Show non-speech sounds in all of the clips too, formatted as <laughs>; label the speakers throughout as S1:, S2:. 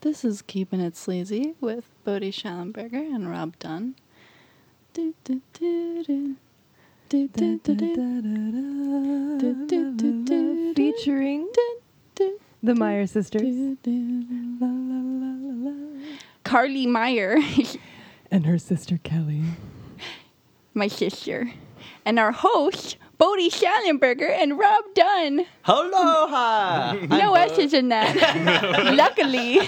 S1: This is Keeping It Sleazy with Bodie Schallenberger and Rob Dunn. Do, do, do, do. Do, do, do, do. Do, do, do, do, do.
S2: Featuring
S1: Do, do,
S2: the Meyer sisters
S1: do, do.
S2: La, la, la, la, la.
S1: Carly Meyer, <laughs>
S2: and her sister Kelly.
S1: my sister, and our hosts, Bodie Schallenberger and Rob Dunn.
S3: <laughs> Aloha!
S1: no S's in that. <laughs> Luckily.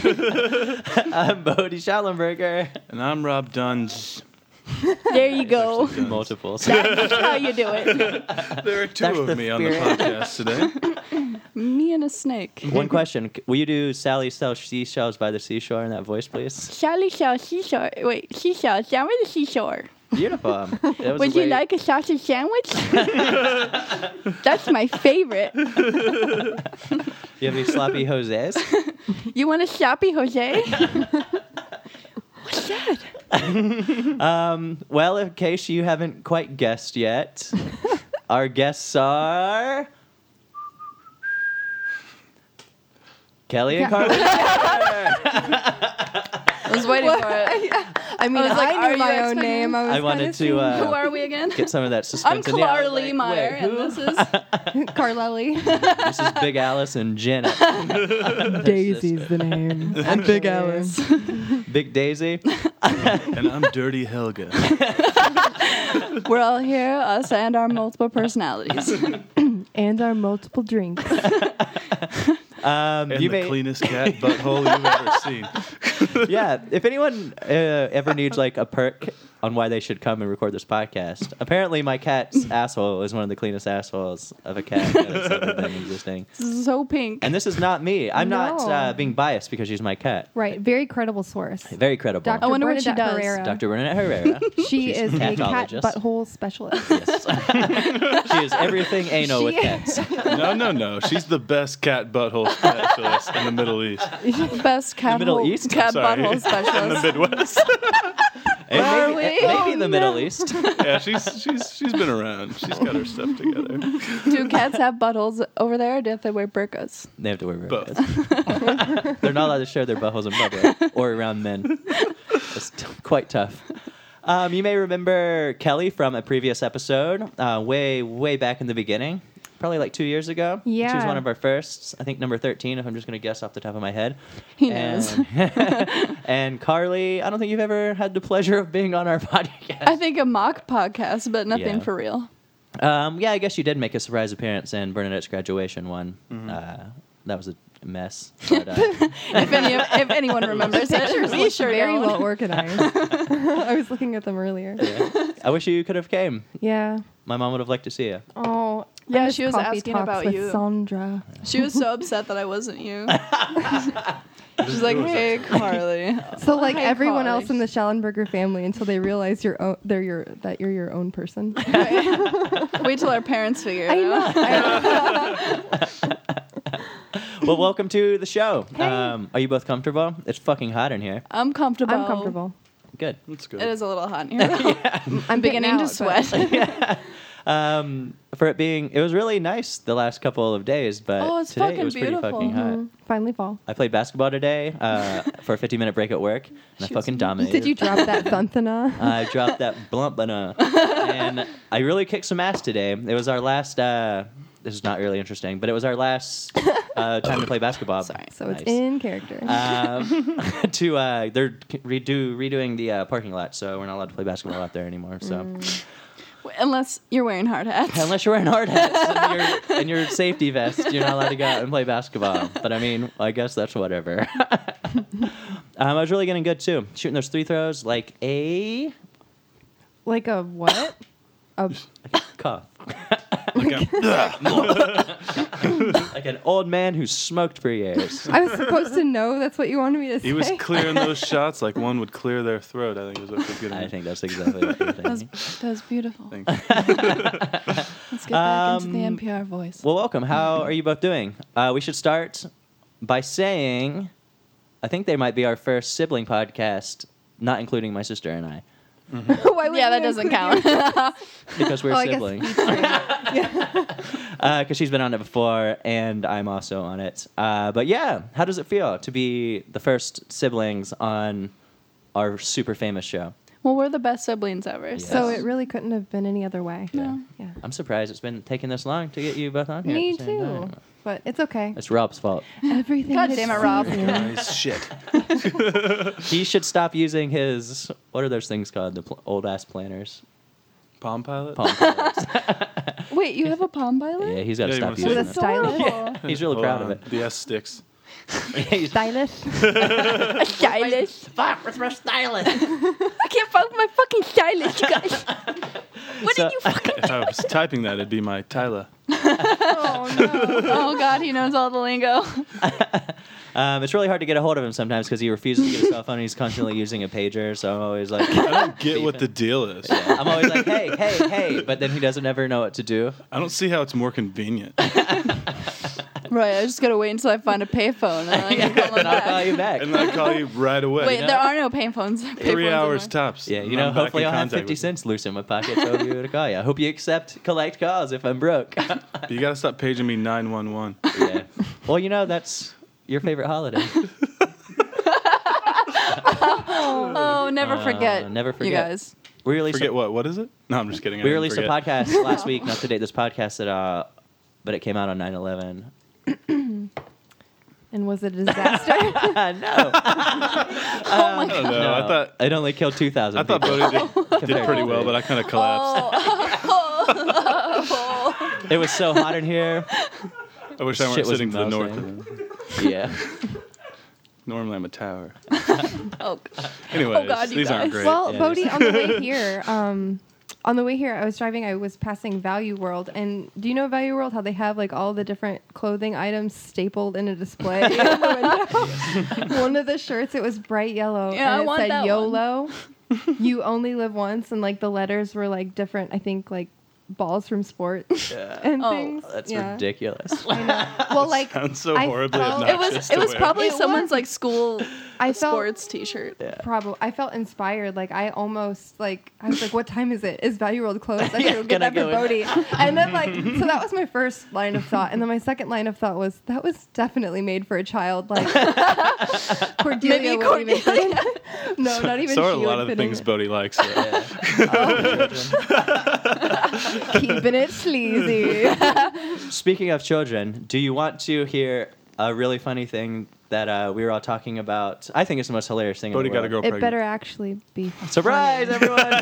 S3: I'm Bodie Schallenberger.
S4: And I'm Rob Duns.
S1: There you go.
S3: Multiples.
S1: That's how you do it.
S4: <laughs> There are two
S3: That's
S4: of
S3: the
S4: me on the
S3: spirit.
S4: podcast today.
S1: Me and a snake.
S3: <laughs> One question. C- Will you do Sally sells seashells by the seashore in that voice, please?
S1: Sally sells seashore. Wait, she sells down with the seashore.
S3: Beautiful. <laughs> Um, that was
S1: Would
S3: a
S1: you
S3: way-
S1: like a sausage
S3: <laughs>
S1: sandwich? That's my favorite.
S3: Do you have
S1: <laughs>
S3: any sloppy Jose's?
S1: You want a sloppy Jose? What's that?
S3: Um, well, in case you haven't quite
S1: <laughs>
S3: guessed yet, our guests are. Kelly
S1: <laughs>
S3: and Carly.
S1: I was waiting for it.
S2: I mean, I,
S1: was like, are
S2: knew
S1: you
S2: my own
S1: expecting-
S2: name. I was
S3: I wanted to
S1: Who
S3: uh,
S1: are we again?
S3: get some of that suspense.
S1: I'm
S3: in the air.
S1: Clara Lee
S3: Like,
S1: Meyer,
S3: wait,
S1: and this is
S2: to
S3: <laughs>
S2: Carlelli.
S3: this is Big Alice
S1: <laughs>
S3: and Janet.
S2: Daisy's the name. and Big Alice.
S3: Big
S1: <laughs>
S3: Daisy.
S4: <laughs> And I'm Dirty
S3: <laughs>
S4: Helga.
S1: we're all here, us and our multiple
S3: <laughs>
S1: personalities.
S2: and our multiple drinks.
S3: Um,
S4: And
S3: you
S4: the
S3: may,
S4: cleanest cat butthole you've ever seen.
S3: yeah. If anyone uh, ever needs like a perk on why they should come and record this podcast, apparently my cat's
S1: <laughs>
S3: asshole is one of the cleanest assholes of a cat that
S1: <laughs>
S3: has ever been existing.
S1: so pink.
S3: And this is not me. I'm not
S2: No.
S3: uh, being biased because she's my cat.
S5: Right. Very credible source.
S3: Very credible.
S5: Dr.
S1: I wonder what she
S5: Bernadette
S1: does.
S5: Herrera.
S3: Dr. Bernadette Herrera.
S5: She
S3: She's
S5: is a cat
S3: catologist.
S5: butthole
S3: <laughs>
S5: specialist.
S3: yes.
S1: <laughs>
S3: <laughs> she is everything anal with
S5: She-
S2: <laughs>
S3: cats.
S4: <laughs> No, no, no. She's the best cat butthole specialist in the Middle East.
S1: Best cat
S3: Middle
S1: hole-
S3: East?
S1: cat
S4: Sorry.
S3: <laughs>
S1: butthole
S4: <laughs> In the
S1: specialist.
S4: Midwest.
S3: And
S1: Are
S3: maybe,
S1: we?
S3: and maybe
S1: Oh,
S3: the Middle East.
S4: Yeah, she's she's she's been around. She's got her stuff together.
S1: Do cats have buttholes over there, or do they wear burkas?
S3: They have to wear
S4: Both.
S3: burkas. <laughs> They're not allowed to share their buttholes in public or around men. It's t- quite tough. Um, you may remember Kelly from a previous episode, uh, way, way back in the beginning, probably like two years ago. She was
S5: Yeah.
S3: one of our firsts, I think number 13, if I'm just going to guess off the top of my head.
S1: He knows.
S3: And, <laughs> and Carly, I don't think you've ever had the pleasure of being on our <laughs> podcast.
S1: I think a mock podcast, but nothing
S3: Yeah.
S1: for real.
S3: Um, yeah, I guess you did make a surprise appearance in Bernadette's graduation one. Uh, that was a
S1: <laughs>
S3: mess. But, uh,
S1: If, any, if
S3: <laughs>
S1: anyone remembers it, we
S2: look
S1: sure
S2: very
S1: don't.
S2: well organized. <laughs> I was looking at them earlier.
S3: Yeah. I wish you could have came.
S2: Yeah.
S3: My mom would have liked to see you.
S2: Oh. I
S1: Yeah,
S2: miss
S1: she was
S2: coffee
S1: asking
S2: talks
S1: about
S2: with
S1: you.
S2: Sandra.
S1: She was so upset that I wasn't
S3: <laughs>
S1: you. She's like,
S4: It was
S1: "Hey, Carly."
S2: So like
S1: Hi,
S2: everyone
S1: Carly.
S2: else in the Schallenberger family until they realize you're own, they're your that you're your own <laughs> person.
S1: <laughs> Wait till our parents figure it out. <laughs>
S3: Well, welcome to the show. Um, are you both comfortable? It's fucking hot in here.
S1: I'm comfortable.
S2: I'm comfortable.
S3: Good.
S4: That's good.
S1: It is a little hot
S3: <laughs>
S1: in here.
S2: I'm
S1: I'm beginning to
S2: getting
S1: sweat.
S2: out, <laughs>
S1: Mm.
S3: Um, for it being, it was really nice the last couple of days, but
S1: Oh, it's
S3: today
S1: fucking
S3: it was
S1: beautiful.
S3: pretty fucking hot.
S2: but Mm-hmm. Finally fall.
S3: I played basketball today
S1: <laughs>
S3: uh, for a 50 minute break at work, and I fucking dominated.
S2: Did you drop
S3: <laughs>
S2: that thunthana?
S3: I dropped that blunt
S1: <laughs>
S3: banana, and I really kicked some ass today. It was our last. Uh, this is not really interesting, but it was our last uh, time to play basketball.
S1: <laughs> Sorry.
S2: So it's
S3: Nice.
S2: in character.
S3: um, <laughs> to uh, they're c- redo redoing the uh, parking lot, so we're not allowed to play basketball out there anymore. So
S1: <laughs> Unless you're wearing hard hats.
S3: unless you're wearing hard hats and your, and your safety vest, you're not allowed to go out and play basketball. But I mean, I guess that's whatever. <laughs> um, I was really getting good too, shooting those three throws like a
S2: like a what? A
S3: cough,
S4: Like um, I'm-
S3: like an old man who smoked for
S2: <laughs>
S3: years.
S2: <laughs> I was supposed to know that's what you wanted me to say.
S4: he was clearing those shots like one would clear their throat. I think is what was good.
S3: I think that's exactly what you're
S4: <laughs>
S1: That was,
S3: thinking.
S1: that was beautiful. <laughs>
S4: Thank you.
S1: Let's get back into the
S3: Um,
S1: NPR voice.
S3: Well, welcome. How are you both doing? Uh, we should start by saying I think they might be our first sibling podcast, not including my sister and I.
S2: <laughs> Why would
S1: yeah, that
S2: you
S1: doesn't
S2: include
S3: <laughs>
S1: count.
S2: your-
S3: because we're
S2: <laughs> Oh, I guess
S3: siblings.
S2: each
S3: <laughs>
S2: year.
S3: because she's been on it before, and I'm also on it. Uh, but yeah, how does it feel to be the first siblings on our super famous show?
S1: <laughs> well, we're the best siblings ever.
S2: So
S1: So
S3: Yes.
S2: it really couldn't have been any other way.
S3: Yeah.
S2: Yeah.
S3: I'm surprised it's been taking this long to get you both on here. at
S2: Me
S3: the same
S2: too.
S3: time.
S2: But it's okay.
S3: It's Rob's fault.
S2: Everything.
S1: God
S2: is
S1: damn it,
S2: so
S1: Rob.
S2: easy.
S3: <laughs>
S4: Nice shit.
S3: he should stop using his what are those things called? The pl- old ass planners.
S4: Palm pilot.
S3: Palm pilots.
S1: wait, you have a palm pilot?
S3: yeah, he's got to
S4: Yeah,
S3: stop
S4: you wanna
S3: using
S4: see
S2: With
S3: it.
S2: a stylus.
S3: He's really
S4: Hold
S3: proud of
S4: on.
S3: it.
S4: The S sticks.
S3: <laughs> He's-
S2: Stylish.
S1: Stylus.
S3: Fuck, where's my
S1: <laughs>
S3: stylist?
S1: I can't find my fucking stylus, you
S3: <laughs>
S1: guys. What
S3: So-
S1: did you fucking?
S3: <laughs>
S4: If I was typing that, it'd be my Tyler.
S2: Oh
S3: <laughs>
S2: no.
S1: Oh God, he knows all the lingo.
S3: Um, it's really hard to get a hold of him sometimes because he refuses to get a cell phone. He's constantly using a pager, so I'm always like,
S4: I don't get what the deal is.
S3: I'm always like, hey, hey, hey, but then he doesn't ever know what to do.
S4: I don't see how it's
S3: <laughs>
S4: more convenient.
S1: <laughs> Right, I just gotta wait until I find a payphone. And I can call him
S3: Then I'll
S1: back.
S3: call you back.
S4: And I call you right away.
S1: Wait, there are no
S3: <laughs>
S1: payphones.
S4: Three
S1: Payphones
S4: hours
S1: anymore.
S4: tops.
S3: Yeah, you
S4: and
S3: know,
S4: I'm back
S3: hopefully
S4: in
S3: I'll have
S4: contact
S3: 50
S4: with
S3: cents loose in my pocket so I'll be able to call you. I hope you accept collect calls if I'm
S4: <laughs>
S3: broke.
S4: you. You gotta stop paging me 911.
S3: yeah. Well, you know, that's your favorite holiday.
S1: Oh, never
S3: Uh,
S1: forget.
S3: never
S1: You
S3: forget. <laughs>
S1: guys.
S4: <laughs>
S3: We released,
S4: Forget
S3: a,
S4: what? What is it? No, I'm just kidding. I
S3: we
S4: didn't
S3: released a
S4: forget.
S3: podcast last week, not to date this podcast, that, uh, but it came out on 9 <laughs> 11.
S2: And was it a
S3: <laughs>
S2: disaster?
S3: no.
S1: Oh my
S4: I
S1: God.
S4: don't know. I thought
S3: it only killed 2,000.
S4: I thought
S3: people.
S4: Bodhi did, did
S3: Compared
S4: pretty
S3: to
S4: well,
S3: Bodhi.
S4: but I
S1: Oh.
S4: kind of collapsed.
S3: <laughs> It was so hot in here.
S4: I wish I
S3: Shit was
S4: weren't sitting to the north.
S3: melting.
S4: of it.
S3: <laughs> Yeah.
S4: Normally I'm a
S1: <laughs>
S4: tower.
S1: <laughs> Oh,
S4: Anyways,
S1: God, you
S4: these aren't
S1: guys.
S4: great.
S2: Well,
S3: Yeah,
S2: Bodhi, on the
S3: <laughs>
S2: way here, um, on the way here, I was driving. I was passing Value World, and do you know Value World? How they have like all the different clothing items stapled in a display. <laughs> in
S3: <laughs>
S2: the window? one of the shirts, it was bright yellow,
S1: Yeah, I
S2: and it
S1: want
S2: said
S1: that one. <laughs>
S2: YOLO. you only live once, and like the letters were like different. I think like balls from sports <laughs> and
S1: Oh,
S2: things.
S3: That's
S2: Yeah.
S3: <laughs> ridiculous.
S2: I know. Well,
S3: <laughs>
S2: like
S4: Sounds so
S2: I
S4: horribly
S2: felt-
S1: it
S4: obnoxious.
S1: was
S4: to
S1: it was
S4: wear.
S1: probably
S2: It
S1: someone's
S2: was.
S1: like school
S2: I felt
S1: sports T-shirt.
S2: Probably, I felt inspired. Like I almost like I was like, "What time is it? Is Value World closed? I should
S3: <laughs> Yeah,
S2: go get
S3: can I
S2: that for
S3: go
S2: Bodhi." And then
S3: <laughs>
S2: like, so that was my first line of thought, and then my second line of thought was that was definitely made for a child.
S3: <laughs>
S2: Like Cordelia,
S1: Maybe
S2: would even fit in it. <laughs> no, not even
S4: So are
S2: she
S4: a lot
S2: would
S4: of the
S2: fit in
S4: things
S2: it.
S4: Bodhi likes. so-
S1: <laughs>
S2: keeping it sleazy.
S4: <laughs>
S3: Speaking of children, do you want to hear a really funny thing that uh, we were all talking about? I think it's the most hilarious thing. in the
S4: Bodhi got a
S3: world.
S4: girl
S2: it
S4: pregnant.
S2: better actually be.
S3: Surprise, <laughs> everyone!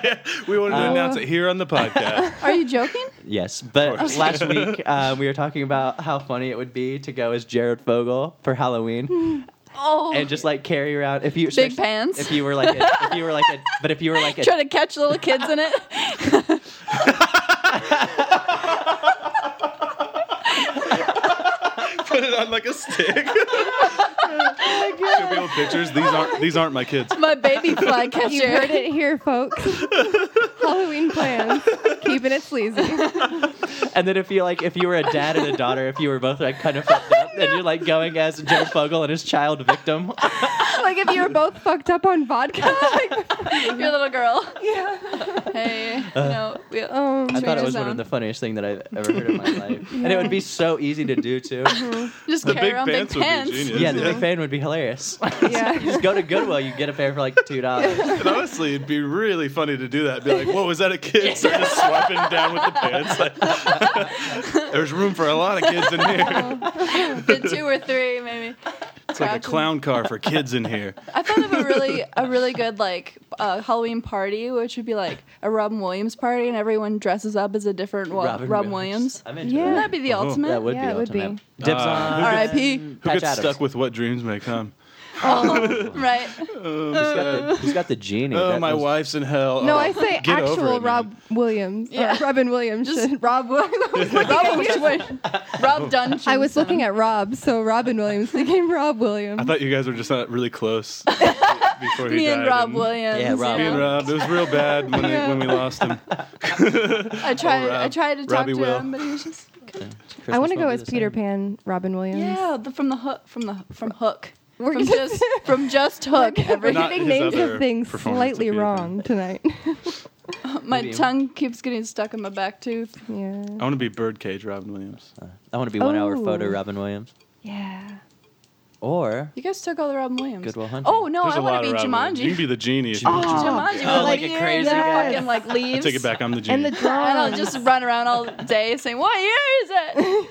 S4: We wanted to announce it here on the podcast.
S1: Are you
S3: <laughs>
S1: joking?
S3: yes,
S4: Of
S3: but
S4: course.
S3: last <laughs> week uh, we were talking about how funny it would be to go as Jared Fogle for Halloween
S1: Oh,
S3: and just like carry around if you
S1: Big pants?
S3: If you were like, a, if you were like, a, but if you were
S1: <laughs>
S3: like, a,
S1: trying to catch little kids
S3: <laughs>
S1: in it.
S4: <laughs> Put it on like a stick. <laughs>
S3: Oh
S4: Show people pictures. These aren't these aren't my kids.
S1: My baby <laughs> fly
S2: <laughs> You heard
S1: catcher.
S2: it here,
S3: <laughs>
S2: folks. Halloween plans, keeping it sleazy.
S3: <laughs> and then if you like, if you were a dad and a daughter, if you were both like kind of fucked up, and you're like going as Jared Fogle and his child victim. <laughs>
S2: like if you were both fucked up on vodka. <laughs> Like,
S1: <laughs> Your little girl.
S2: yeah.
S1: Hey, you
S4: Uh,
S1: know, we, oh,
S2: Um,
S3: I thought it
S1: Trader
S3: was one
S1: Zone.
S3: of the funniest thing that I've ever heard in my life, and it would be so easy to do
S2: <laughs>
S3: too.
S1: just
S4: The
S1: carry
S4: big
S1: around
S4: pants
S1: big
S4: would
S1: pants.
S4: be genius.
S3: yeah, the big fan would be hilarious. <laughs>
S2: yeah.
S3: Just go to Goodwill, you get a pair for like two dollars.
S4: And honestly, it'd be really funny to do that. Be like, "Whoa, was that a kid?" So just swiping down with the pants. Like, <laughs> there's room for a lot of kids in <laughs> here.
S1: <laughs> The two or three maybe.
S4: It's like a
S1: Crouching.
S4: clown car for kids in here.
S1: I thought of a really a really good like uh, Halloween party, which would be like a Robin Williams party, and everyone dresses up as a different wa-
S3: Robin
S1: Robin Williams.
S3: Williams. I'm into
S1: Wouldn't
S2: Yeah.
S1: that be the
S4: Oh,
S1: ultimate?
S3: That would
S2: Yeah,
S3: be
S2: it would
S3: ultimate.
S2: be.
S3: Dips
S4: Uh,
S3: on
S1: R.I.P.
S4: Who
S3: Patch
S4: gets
S3: Adams.
S2: <laughs>
S4: stuck with what dreams may <laughs> come? <laughs>
S1: Right.
S4: Oh,
S3: He's got the genie.
S4: oh
S3: That
S4: my
S3: was-
S4: wife's in hell.
S2: <laughs> No,
S4: Oh,
S2: I say
S4: get over
S2: actual
S4: it, man.
S2: Rob Williams.
S1: Yeah.
S2: Yeah. Robin Williams. Just <laughs> Rob Williams.
S1: Rob, which one?
S4: <laughs>
S1: Rob Dungeon.
S2: I was looking at Rob, so Robin Williams became Rob Williams.
S4: I thought you guys were just not
S2: <laughs>
S4: really close before he
S1: me
S4: died.
S1: and Rob
S4: me
S1: Williams.
S3: Yeah, Rob.
S1: you
S4: and
S1: know?
S4: Rob, it was real bad when, I, when we
S1: <laughs>
S4: lost him.
S1: I tried.
S4: Rob.
S1: I tried to talk
S4: uh, Robbie
S1: to
S4: Will.
S1: him, but he was just
S3: Christmas
S2: I want to
S3: won't
S2: go
S3: be
S2: as
S3: the
S2: Peter
S3: same.
S2: Pan, Robin Williams.
S1: yeah, the, from the hook, from the from Hook.
S2: We're <laughs>
S1: from just from just hook. Every,
S4: Not
S2: getting
S4: his
S2: names of
S4: other
S2: things
S4: performance
S2: slightly
S4: appeared,
S2: wrong tonight.
S1: <laughs>
S2: <laughs>
S1: my
S3: Maybe-
S1: tongue keeps getting stuck in my back tooth.
S2: yeah.
S4: I want to be Birdcage Robin Williams.
S3: I want to be one hour
S2: Oh.
S3: photo Robin Williams.
S2: Yeah.
S3: or
S1: You guys took all the Robin Williams.
S3: Good Will Hunting.
S1: oh no,
S4: There's
S1: I
S4: a
S1: want
S4: lot
S1: to
S4: of
S1: be
S4: Robin Williams.
S1: Jumanji.
S4: You can be the genie. if you
S2: Oh.
S4: want.
S1: Jumanji, but
S3: Oh, like
S1: like,
S3: a
S1: you
S3: crazy
S1: just
S2: guy.
S1: fucking like leaves.
S4: I take it back. I'm the
S2: And
S4: genie.
S2: <laughs> the
S1: And I'll
S2: drums.
S1: just run around all day saying, "What year is it?"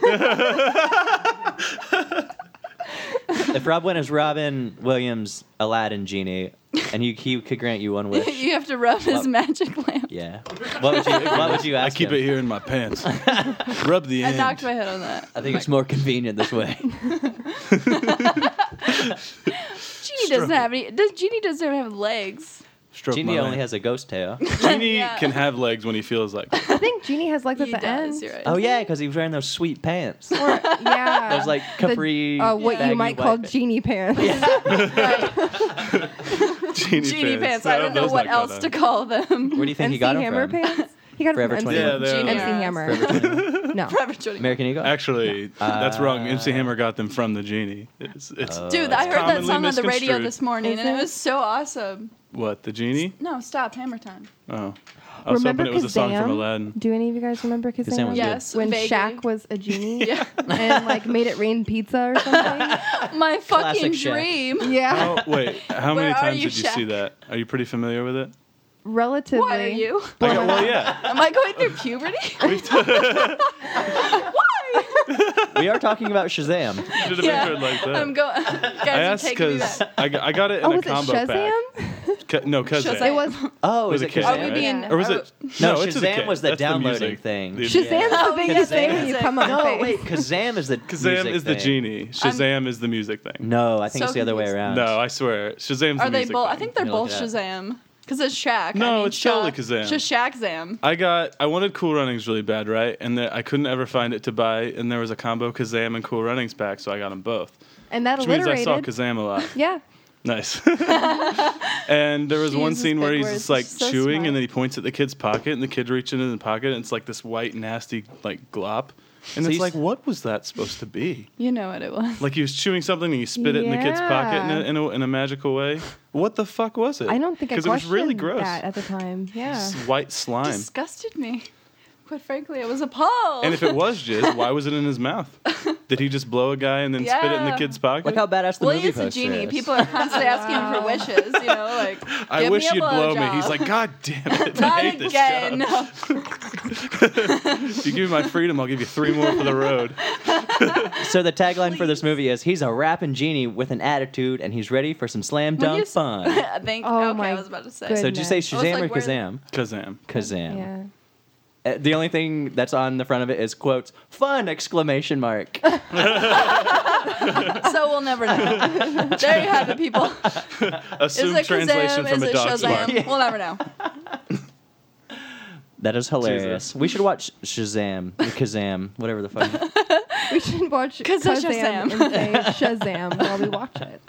S3: if Rob went as Robin Williams, Aladdin genie, and he, he could grant you one
S2: <laughs>
S3: wish.
S1: <laughs> you have to rub his
S3: Well-
S1: magic lamp.
S3: Yeah. What would you What would you
S4: I
S3: ask?
S4: keep
S3: him?
S4: it here in my pants. Rub the
S1: I
S4: end.
S1: knocked my head on that.
S3: I think it's more convenient this
S4: <laughs>
S3: way.
S1: Genie doesn't have any. Does Genie doesn't even have legs?
S4: Stroke
S3: Genie
S4: my
S3: only
S4: leg.
S3: has a ghost tail.
S4: Genie
S1: Yeah.
S4: can have legs when he feels like.
S1: <laughs>
S4: it.
S2: I think Genie has legs
S1: he
S2: at the
S1: does.
S2: end.
S1: You're right.
S3: Oh yeah, because he was wearing those sweet pants.
S2: Or, yeah.
S3: Those like
S2: The-
S3: capri.
S2: uh, what
S3: baggy
S2: you might
S3: white
S2: call
S3: pants.
S2: genie pants.
S4: <laughs> Genie,
S1: Genie pants. I
S4: No,
S1: don't know
S4: those
S1: what
S4: not
S1: else to
S4: gonna-
S1: call them. <laughs>
S3: Where do you think he
S2: MC
S3: got 'em
S2: Hammer
S3: from?
S2: pants. He got
S3: Forever
S2: it from
S3: 21.
S4: Yeah,
S2: MC,
S4: they
S1: Genie
S4: are.
S2: MC Hammer.
S3: Forever 21.
S2: <laughs> No.
S1: Forever 21.
S3: American Eagle.
S4: Actually, that's wrong. MC
S3: Uh,
S4: Hammer got them from the genie. It's, it's
S1: Dude, I heard that
S4: commonly
S1: song on the radio
S4: misconstrued.
S1: this morning,
S2: Is
S1: and
S2: it?
S1: it was so awesome.
S4: what the genie?
S1: No, stop. Hammer time.
S4: Oh, I was
S2: Remember
S4: hoping it was a song
S2: Kazam?
S4: from Aladdin.
S2: Do any of you guys remember
S3: Kazam
S2: Kazam?
S3: was
S1: Yes,
S2: When
S1: vaguely.
S2: Shaq was a genie
S1: <laughs> Yeah.
S2: and like made it rain pizza or something.
S1: <laughs> My fucking
S3: Classic Shaq.
S1: dream.
S2: yeah.
S4: Oh wait, how many
S1: Where are
S4: times
S1: you,
S4: did you see
S1: Shaq?
S4: that? Are you pretty familiar with it?
S2: Relatively.
S1: Why are you?
S4: I got, well,
S1: <laughs>
S4: yeah.
S1: Am I going through
S4: <laughs>
S1: puberty?
S3: we are talking about
S4: <laughs>
S3: Shazam.
S4: You should have
S1: Yeah.
S4: entered like that.
S1: I'm going. <laughs> Guys,
S4: I
S1: you're
S4: asked
S1: taking me back.
S4: because I, got- I got it in
S2: Oh,
S4: a
S2: was it
S4: combo
S2: Shazam?
S4: pack. Ca- no, Kazam.
S1: Shazam.
S2: It was
S3: Oh,
S4: It was
S3: is
S4: a
S3: it
S4: kid,
S1: Are
S3: Kazam?
S1: we
S4: right?
S1: being?
S4: Or was
S1: are-
S4: it?
S3: No,
S4: it's a
S3: Shazam
S4: kid.
S3: was the
S4: That's
S3: downloading
S4: music.
S3: thing.
S4: The-
S2: <laughs> Shazam's
S1: Oh,
S2: the biggest
S1: Kazam.
S2: thing when you come on
S3: No,
S2: face. <laughs>
S3: wait. Kazam is the
S4: Kazam
S3: music
S4: is the
S3: thing.
S4: genie. Shazam is the music thing.
S3: No, I think
S1: So
S3: it's the other way
S1: confused.
S3: around.
S4: No, I swear. Shazam's
S1: Are
S4: the
S1: they
S4: music
S1: both? I
S4: thing.
S1: think they're
S3: Yeah, look
S1: both
S3: it
S1: Shazam. Because it's Shaq. I
S4: No,
S1: mean,
S4: it's totally
S1: Shaq-
S4: Kazam.
S1: Shaq Shazam.
S4: I got I wanted Cool Runnings really bad, right? And the, I couldn't ever find it to buy. And there was a combo Kazam and Cool Runnings pack, so I got them both.
S2: And that
S4: Which means I
S2: alliterated.
S4: saw Kazam a lot.
S1: <laughs>
S2: yeah.
S4: Nice. <laughs> and there was one
S1: Jesus,
S4: scene where
S1: big
S4: he's
S1: words.
S4: just like
S1: So
S4: chewing,
S1: smart.
S4: and then he points at the kid's pocket, and the kid reaches in the pocket, and it's like this white, nasty, like glop. And
S3: So
S4: it's
S3: you s-
S4: like, what was that supposed to be?
S1: You know what it was.
S4: Like he was chewing something, and he spit it in the kid's pocket in a,
S2: Yeah.
S4: in a, in a magical way. What the fuck was it?
S2: I don't think I
S4: because it was really
S2: questioned
S4: gross.
S2: that at the time. Yeah.
S4: It's white slime.
S1: Disgusted me. Quite frankly, I was appalled.
S4: And if it was jizz, why was it in his
S1: <laughs>
S4: mouth? Did he just blow a guy and then spit it in the
S1: Yeah.
S4: kid's pocket?
S3: Look how badass the
S1: well,
S3: movie
S1: he is a
S3: poster
S1: genie.
S3: is.
S1: People are constantly asking him
S2: <laughs>
S1: for wishes. You know, like
S4: I
S1: "Give
S4: wish
S1: me a
S4: you'd blow me.
S1: blowjob."
S4: He's like, God damn it. I
S1: <laughs> not
S4: hate this
S1: again.
S4: job.
S1: <laughs>
S4: If you give me my freedom, I'll give you three more for the road.
S3: So the tagline for this movie is he's a rapping genie with an attitude and he's ready for some slam
S1: When you
S3: dunk
S1: s- <laughs>
S3: fun.
S1: I think.
S2: Oh
S1: okay,
S2: my
S1: I was about to say.
S3: so did you say
S1: I was
S3: Shazam
S1: like,
S3: or
S1: where-
S3: Kazam?
S4: Kazam.
S3: Kazam.
S2: Yeah.
S3: Uh, the only thing that's on the front of it is quotes fun
S1: <laughs>
S3: exclamation mark.
S1: So we'll never know.
S4: <laughs>
S1: there you have it, people. Is
S4: Assume
S1: it
S4: translation
S1: Kazam?
S4: from
S1: Is
S4: a
S1: it
S4: dog's bark.
S1: Shazam? We'll never know.
S3: That is hilarious.
S4: Jesus.
S3: We should watch Shazam, Kazam, whatever the fuck.
S1: <laughs>
S2: We should watch
S1: Kazam
S2: Kazam and say Shazam while we
S1: <laughs>
S2: watch it.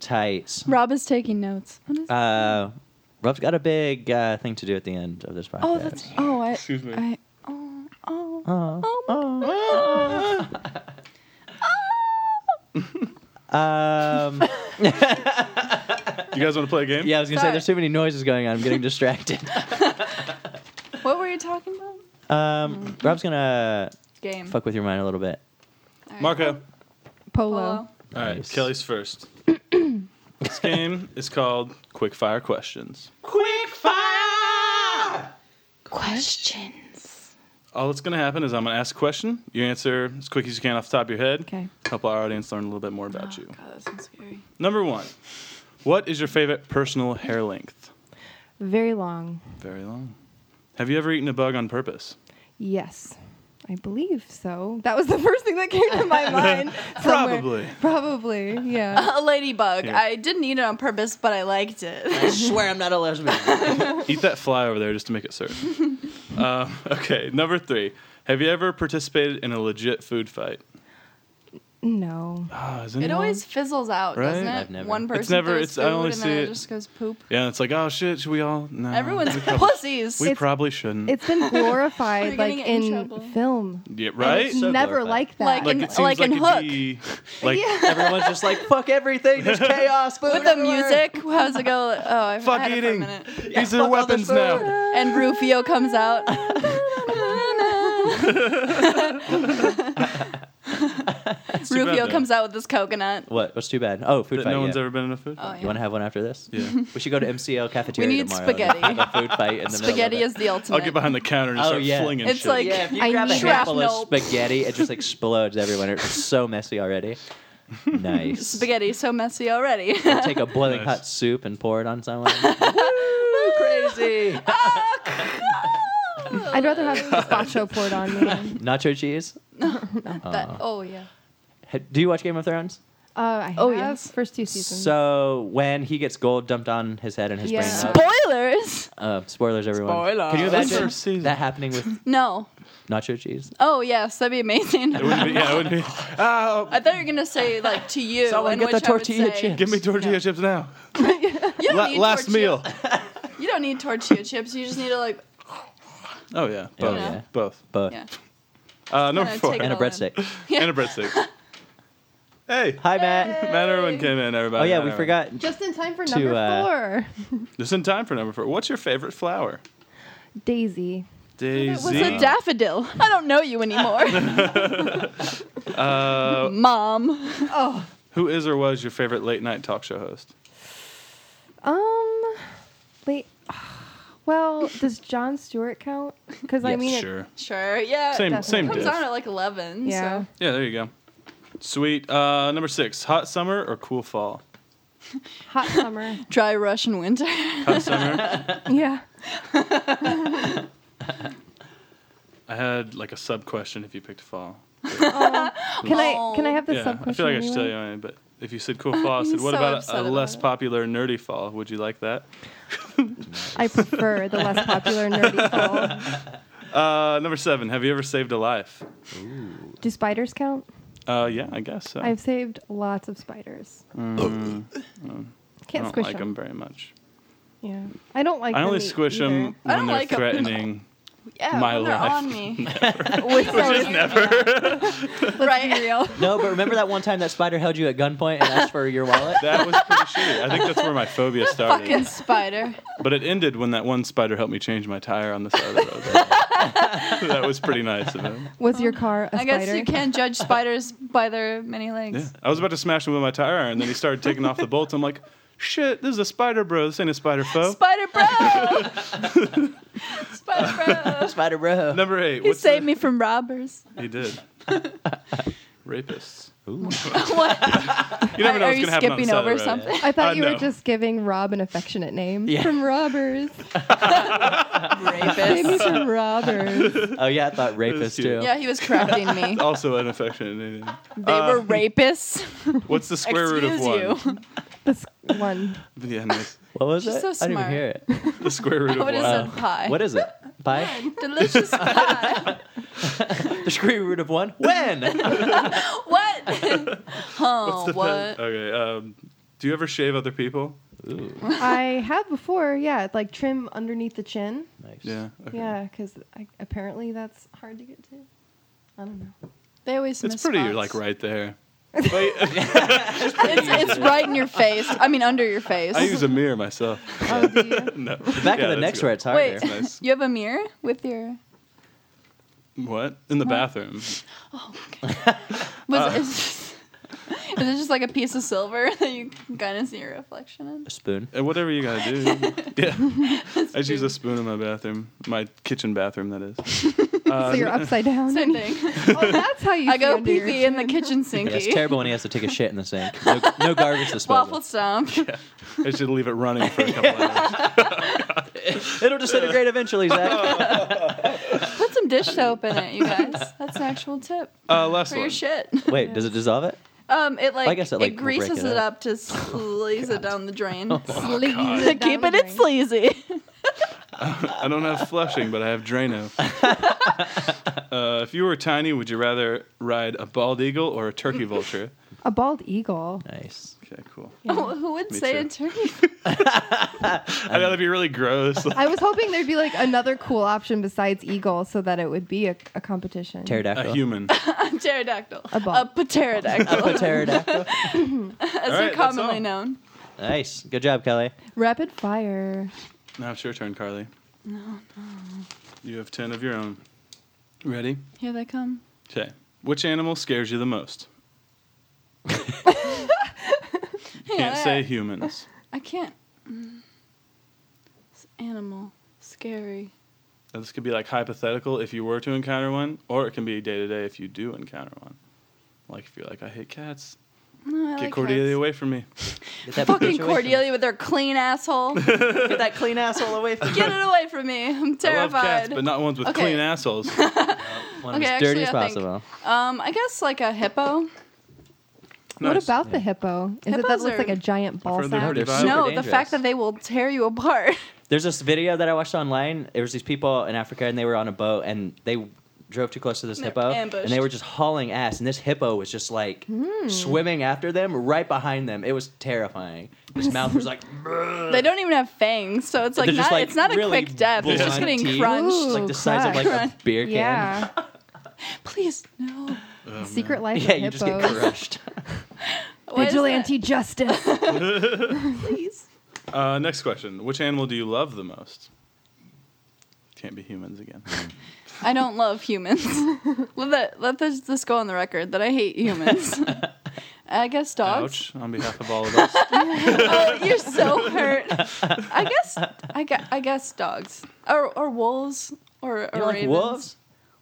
S3: Tights.
S1: <laughs> Rob is taking notes. What is
S3: Uh, Rob's got a big uh, thing to do at the end of this podcast.
S1: oh, that's. Oh, I.
S4: Excuse me.
S1: I oh, oh, <laughs>
S3: Oh,
S1: oh, my
S3: oh. um,
S4: You guys want to play a game?
S3: yeah, I was gonna say
S1: Sorry.
S3: there's too many noises going on. I'm getting
S1: <laughs>
S3: distracted.
S1: What were you talking about?
S3: Um,
S1: Mm-hmm.
S3: Rob's gonna
S1: Game.
S3: fuck with your mind a little bit.
S1: All right.
S4: Marco.
S2: Polo.
S1: Polo.
S4: All right,
S3: Nice.
S1: <clears throat>
S4: Kelly's first. this game is called Quick Fire Questions.
S3: Quick fire!
S1: Questions.
S4: All that's going to happen is I'm going to ask a question. You answer as quick as you can off the top of your head.
S2: Okay.
S4: Help our audience learn a little bit more about
S1: Oh,
S4: you.
S1: God, that sounds scary.
S4: Number one, what is your favorite personal hair length?
S2: Very long.
S4: Very long. Have you ever eaten a bug on purpose?
S2: Yes. I believe so. That was the <laughs> first thing that came to
S4: <laughs>
S2: my mind. somewhere.
S4: Probably.
S2: Probably.
S1: <laughs>
S2: Yeah.
S1: A ladybug.
S4: Here.
S1: I didn't eat it on purpose, but I liked
S3: I
S1: it. <laughs>
S3: swear I'm not a lesbian.
S4: Eat that fly over there just to make it serve.
S1: <laughs>
S4: um, okay, number three. Have you ever participated in a legit food fight?
S2: No.
S4: Ah, is
S1: It
S4: anyone-
S1: always fizzles out, doesn't it?
S4: Right?
S3: I've never-
S1: One
S3: It's
S1: person
S4: never-
S1: throws
S4: it's-
S1: food
S4: I only
S1: and
S4: see
S1: then it
S4: it-
S1: just goes poop.
S4: Yeah, it's like, oh shit, should we all? No.
S1: Everyone's
S4: <laughs> we
S1: <laughs>
S4: probably,
S1: pussies.
S4: we probably shouldn't.
S2: It's been glorified
S1: We're
S2: like
S1: getting in
S2: in,
S1: trouble.
S2: film.
S4: yeah,
S2: And
S4: right?
S2: It's
S3: So
S2: never
S3: glorified.
S2: like that.
S1: Like
S4: like
S1: in-
S4: it seems
S1: like
S4: like,
S1: in
S4: it'd
S1: Hook. <laughs>
S4: be- like
S3: Everyone's just like, fuck everything. There's chaos. Food
S1: With the
S3: everywhere."
S1: music, how's it go? Oh, I
S4: Fuck
S1: had it for a
S4: eating.
S1: minute.
S4: These
S3: fuck
S4: are
S3: all the
S4: weapons
S3: food.
S4: now.
S1: And Rufio comes out.
S4: It's too bad,
S1: Rufio
S4: though.
S1: comes out with this coconut.
S3: What? What's too bad? Oh, food
S4: That
S3: fight.
S4: no one's
S3: yeah.
S4: ever been in a food.
S1: Oh,
S4: fight.
S1: yeah.
S3: You want to have one after this?
S4: Yeah.
S3: We should go to MCL cafeteria
S1: need
S3: tomorrow. and
S1: spaghetti.
S3: have a food fight in the
S1: Spaghetti
S3: middle of
S1: is
S3: it.
S1: the ultimate.
S4: I'll get behind the counter and just
S3: Oh,
S4: start
S3: yeah.
S4: flinging
S1: It's
S4: shit.
S1: like-
S3: Yeah, if you
S2: I
S3: grab a
S2: need
S3: handful of
S1: shrapnel.
S3: spaghetti,
S1: <laughs>
S3: it just explodes everywhere. It's so messy already. Nice.
S1: spaghetti. So messy
S4: <laughs>
S1: already.
S3: Take a boiling
S4: Nice.
S3: hot soup and pour it on someone. Woo, <laughs> crazy.
S2: I'd rather have
S4: <laughs>
S2: gazpacho poured on <laughs> me.
S3: <laughs> Nacho cheese.
S1: That- oh yeah.
S3: Ha- Do you watch Game of Thrones?
S2: Uh, I
S1: Oh,
S2: have
S1: yes.
S2: first two seasons.
S3: So when he gets gold dumped on his head and his
S2: Yeah.
S3: brain out.
S1: Spoilers.
S3: Uh, spoilers, everyone. Can you
S4: Spoilers.
S3: imagine
S4: First season.
S3: that happening with
S1: No.
S3: nacho cheese?
S1: Oh yes, that'd be amazing.
S4: It wouldn't be, yeah, it wouldn't
S1: <laughs>
S4: be. Oh,
S1: I thought you were gonna say like to you.
S3: Someone
S1: and
S3: get the
S1: which I would
S3: tortilla
S1: say,
S3: chips.
S4: give me tortilla
S1: No.
S4: chips now.
S1: You don't
S4: La-
S1: need
S4: last
S1: tortilla- <laughs>
S4: meal.
S1: You don't need tortilla chips. You just need to like.
S4: Oh yeah, both.
S3: yeah.
S4: Both.
S3: Both.
S1: Yeah.
S4: Uh, number
S1: take
S4: four.
S1: it
S3: And a
S1: all in.
S3: breadstick.
S1: <laughs>
S4: and a breadstick. hey,
S3: Hi, Matt.
S4: Matt Irwin came in.
S3: Oh
S4: Everybody.
S3: yeah, we
S4: Matt Irwin.
S3: forgot.
S2: just in time for
S3: To,
S2: number
S3: uh,
S2: four,
S4: Just in time for number four. What's your favorite flower?
S2: Daisy.
S1: It
S4: Daisy.
S1: was a daffodil. <laughs> I don't know you anymore,
S4: <laughs> uh,
S1: Mom.
S4: who is or was your favorite late night talk show host?
S2: Um, wait. <sighs> Well, does John Stewart count? Because I
S3: Yes,
S2: mean, it-
S4: sure.
S1: Sure. Yeah. it
S4: Same.
S2: definitely.
S4: Same
S1: Comes
S4: diff.
S1: on at like eleven.
S2: yeah.
S1: So.
S4: Yeah, there you go. Sweet. Uh, number six. Hot summer or cool fall?
S2: Hot summer.
S1: Dry Russian <laughs> winter.
S4: Hot summer.
S1: <laughs>
S2: <laughs> yeah.
S4: I had like a sub question if you picked fall.
S2: Can I can I have the
S4: yeah,
S2: sub
S4: I
S2: question?
S4: feel like I
S2: anyway?
S4: should tell you anyway, but if you said cool fall, I said
S1: He's
S4: what
S1: so
S4: about
S1: upset
S4: a, a
S1: about
S4: less
S1: it.
S4: popular nerdy fall? Would you like that?
S2: I prefer the less popular nerdy fall.
S4: Uh, number seven. Have you ever saved a life?
S2: Do spiders count?
S4: Uh, yeah, I guess so.
S2: I've saved lots of spiders.
S4: I
S2: Can't
S4: Mm. don't
S2: squish
S4: like
S2: them.
S4: them very much.
S2: Yeah, I don't like.
S4: I only
S2: them e-
S4: squish
S2: either. <laughs>
S4: them
S1: I
S4: when
S1: don't
S4: they're
S1: like 'em.
S4: threatening.
S1: Yeah.
S4: My
S1: when they're
S4: life.
S1: on
S4: <laughs>
S1: me.
S2: Which is
S1: <laughs> right. real.
S3: No, but remember that one time that spider held you at gunpoint and asked for your
S4: <laughs>
S3: wallet?
S4: That was pretty shitty. I think that's where my phobia started.
S1: Fucking spider.
S4: But it ended when that one spider helped me change my tire on the side of the road. <laughs> that was pretty nice of him.
S2: was your car a
S1: I
S2: spider?
S1: guess you can't judge spiders by their many legs.
S4: Yeah. I was about to smash him with my tire iron, then he started taking off the bolts. I'm like, shit, this is a spider bro. This ain't a spider foe.
S1: Oh. Spider
S4: <laughs>
S1: bro. spider <laughs> bro.
S3: Spider bro.
S4: Number eight.
S1: He
S4: what's
S1: saved me from robbers.
S4: the- He did. Rapists.
S3: Ooh.
S1: <laughs> what?
S4: You never know
S1: Are
S4: what's
S1: you
S4: going to happen on the
S1: skipping
S4: side of
S1: over
S4: the
S1: <laughs>
S4: road.
S1: something?
S2: I thought
S4: Uh,
S2: you
S4: no.
S2: were just giving Rob an affectionate name
S3: Yeah.
S2: from robbers.
S1: Rapist.
S2: Maybe from
S4: <laughs>
S2: robbers.
S3: Oh yeah, I thought rapist
S4: cute.
S3: too.
S1: Yeah, he was correcting me.
S4: Also an affectionate name.
S1: They were rapists. <laughs>
S4: What's the Uh, <laughs> square root of
S1: Excuse
S4: one?
S1: you.
S2: This one.
S4: Yeah, nice.
S3: What was
S1: She's
S3: it?
S1: so
S3: I didn't even
S1: smart.
S3: hear it.
S4: The square root
S1: I
S4: of
S1: would
S4: one.
S1: have said pie.
S3: What
S1: <laughs>
S3: is it? Pie?
S1: Delicious pie.
S3: the square root of one?
S1: <laughs>
S3: When?
S1: What? oh,
S4: <laughs> What's the
S1: what?
S4: thing? Okay. Um, do you ever shave other people?
S3: Ooh,
S2: I have before, yeah, it's like trim underneath the chin.
S3: nice.
S4: Yeah. Okay.
S2: Yeah, because apparently that's hard to get to. I don't know.
S1: They always
S4: It's
S1: miss
S4: pretty
S1: spots.
S4: like right there. Wait,
S1: It's, it's right in your face. I mean, under your face.
S4: I use a mirror <laughs> myself.
S2: Oh, do you?
S4: No.
S3: The back of the neck's where it's harder.
S1: Wait,
S4: nice.
S1: you have a mirror with your.
S4: What? In the bathroom.
S1: Was
S4: Uh.
S1: it, is, <laughs> is it just like a piece of silver <laughs> that you can kind of see your reflection in?
S3: A spoon.
S4: And whatever you gotta
S1: <laughs>
S4: do. yeah. I just use a spoon in my bathroom. My kitchen bathroom,
S1: <laughs>
S4: that is. Uh,
S2: so you're upside down.
S1: Same thing.
S2: Oh, that's how you.
S1: I go
S2: under
S1: pee
S2: your
S1: pee in the
S2: chin.
S1: kitchen sinky.
S3: Yeah, it's terrible when he has to take a shit in the sink. No, no garbage
S1: Waffle
S3: disposal.
S1: stump.
S4: I should leave it running for
S1: <laughs>
S4: a couple hours.
S3: It'll disintegrate
S1: <laughs>
S3: eventually,
S4: <laughs>
S3: Zach.
S1: Put some dish soap in it, you guys. That's an actual tip
S4: Uh, last
S1: for
S4: one.
S1: your shit.
S3: Wait, does it dissolve it?
S1: Um, it like,
S3: I guess it, like, will break
S1: greases
S3: it
S1: it
S3: up. Oh,
S1: up to
S3: <laughs>
S1: sleaze it down the drain.
S2: Sleaze
S4: Oh,
S1: <laughs>
S2: it down
S1: Keep
S2: the
S1: it at
S2: drain.
S1: sleazy. <laughs>
S4: I don't have flushing, but I have Drano. Uh, if you were tiny, would you rather ride a bald eagle or
S1: <laughs>
S4: a turkey vulture?
S2: A bald eagle.
S3: Nice.
S4: Okay, cool.
S1: <laughs> who would
S4: Me
S1: say
S4: too.
S1: a turkey?
S4: I know that'd be really gross. Like,
S2: I was hoping there'd be like another cool option besides eagle, so that it would be a, a competition.
S4: a
S3: Pterodactyl.
S1: <laughs>
S4: human.
S1: a pterodactyl.
S2: A ball.
S1: A
S4: <laughs>
S1: pterodactyl,
S3: A
S1: as
S3: pterodactyl.
S4: All right,
S1: they're
S4: that's
S1: commonly
S4: all.
S1: known.
S3: nice. Good job, Kelly.
S2: Rapid fire.
S4: Now it's your turn, Carly. No, no. You have ten of your own. Ready?
S1: Here they come.
S4: Okay. Which animal scares you
S1: <laughs>
S4: the most? Can't
S1: Yeah.
S4: say humans.
S1: I can't. Mm. This animal. Scary.
S4: Now, This could be like hypothetical if you were to encounter one, or it can be day to day if you do encounter one. Like if you're like, I hate cats,
S1: No, I
S4: get
S1: like
S4: Cordelia
S1: cats.
S4: away from me.
S3: Get that
S1: Fucking
S3: bitch away from me.
S1: Cordelia with her clean asshole.
S4: <laughs>
S1: Get
S3: Get that clean asshole away from me.
S1: it away from me. I'm
S4: I love cats,
S1: terrified.
S4: but not ones with
S1: Okay. <laughs>
S4: clean assholes.
S3: One
S1: Okay,
S3: as dirty
S1: actually,
S3: as
S1: I think-
S3: possible.
S1: um, I guess like a hippo.
S2: What
S4: Nice.
S2: about the hippo? Is it that
S1: Hippos
S2: looks
S1: are-
S2: like a giant ball
S4: heard they're
S2: sack?
S4: pretty
S3: They're
S4: violent.
S3: super
S1: no,
S3: dangerous.
S1: the fact that they will tear you apart.
S3: There's this video that I watched online. There was these people in Africa, and they were on a boat, and they drove too close to this
S1: They're
S3: hippo, and they
S1: ambushed. Hmm.
S3: were just hauling ass. And this hippo was just like swimming after them, right behind them. It was terrifying.
S1: <laughs>
S3: His mouth was like, "Bruh."
S1: they don't even have fangs, so it's like
S3: They're just,
S1: not.
S3: like,
S1: it's not a
S3: really
S1: quick death. It's just
S3: blunt
S1: getting
S3: teeth.
S1: crunched.
S3: It's like
S2: Ooh,
S3: the size of like a
S1: crap.
S3: beer can.
S2: Yeah.
S1: Please no.
S4: Oh,
S2: Secret life
S3: <laughs> Yeah,
S2: of
S3: you just get
S2: hippos.
S3: crushed.
S1: What is
S2: Vigil
S1: that? <laughs>
S2: anti-justice.
S1: Please.
S4: man. Uh, next question. Which animal do you love the most? Can't be humans again.
S1: I don't love humans.
S2: <laughs>
S1: let that let this, this go on the record that I hate
S2: <laughs>
S1: humans. I guess dogs.
S4: Ouch, on behalf of all of us.
S1: Oh, you're so hurt. I guess I, gu- I guess dogs or or wolves or, or
S3: <laughs> You like
S1: ravens.
S3: wolves?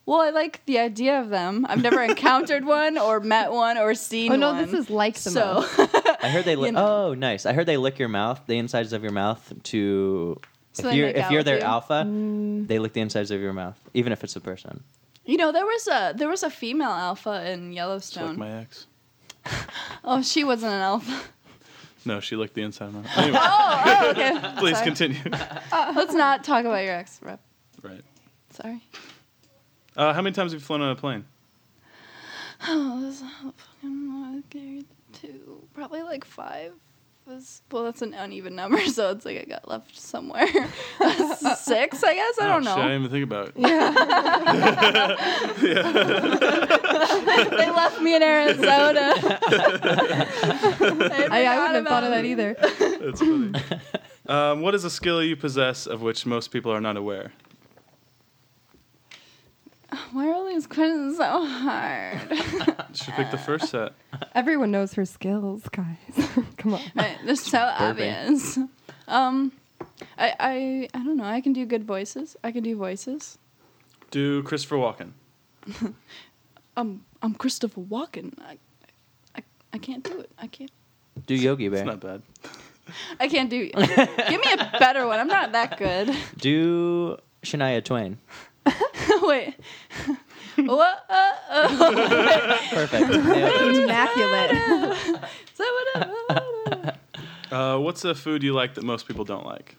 S1: Well, I like the idea of them. I've never encountered one or met one or seen
S2: oh
S1: one.
S2: no, this is like the
S1: so. <laughs>
S2: most.
S3: I heard they. Li-
S1: You know.
S3: Oh, nice. I heard they lick your mouth, the insides of your mouth, to.
S1: So
S3: if
S1: they
S3: you're
S1: make
S3: if
S1: out
S3: you're
S1: with
S3: their
S1: you? Mm.
S3: alpha, they lick the insides of your mouth, even if it's a person.
S1: You know, there was a there was a female alpha in
S4: Just like
S1: Yellowstone.
S4: my ex.
S1: oh, she wasn't an alpha.
S4: No, she licked the inside of my Anyway,
S1: <laughs> Oh, okay. <laughs>
S4: please
S1: Sorry.
S4: continue.
S1: Let's not talk about your ex rep.
S4: right.
S1: Sorry. <sighs>
S4: Uh, how many times have you flown on a plane?
S1: Oh, this is fucking scared too. Probably like five. Was, well, that's an uneven number, <laughs> so it's like I got left somewhere. <laughs> Six, I guess. I don't know.
S4: Ouch, I didn't even think about it.
S1: they left me in Arizona. <laughs>
S4: <laughs>
S2: I, I wouldn't have thought of that either.
S1: <laughs>
S4: That's funny. um, what is a skill you possess of which most people are not aware?
S1: e- Why are all these questions so hard?
S4: Should pick the first set.
S2: Everyone knows her skills, guys. <laughs> Come on.
S1: Right, <laughs> they're so
S3: burping.
S1: obvious. Um, I, I I don't know. I can do good voices. I can do voices.
S4: Do Christopher Walken.
S1: Um, I'm Christopher Walken. I, I, I can't do it. I can't.
S3: Do Yogi Bear.
S4: It's not bad.
S1: I can't do. give me a better one. I'm not that good. <laughs>
S3: Do Shania
S4: <laughs>
S3: Twain. <laughs>
S1: Wait. <laughs> what? Uh, uh,
S3: Perfect. Nailed
S2: <laughs>
S3: it.
S2: Immaculate.
S1: is that what? I-
S4: Uh, what's a food you like that most people don't like?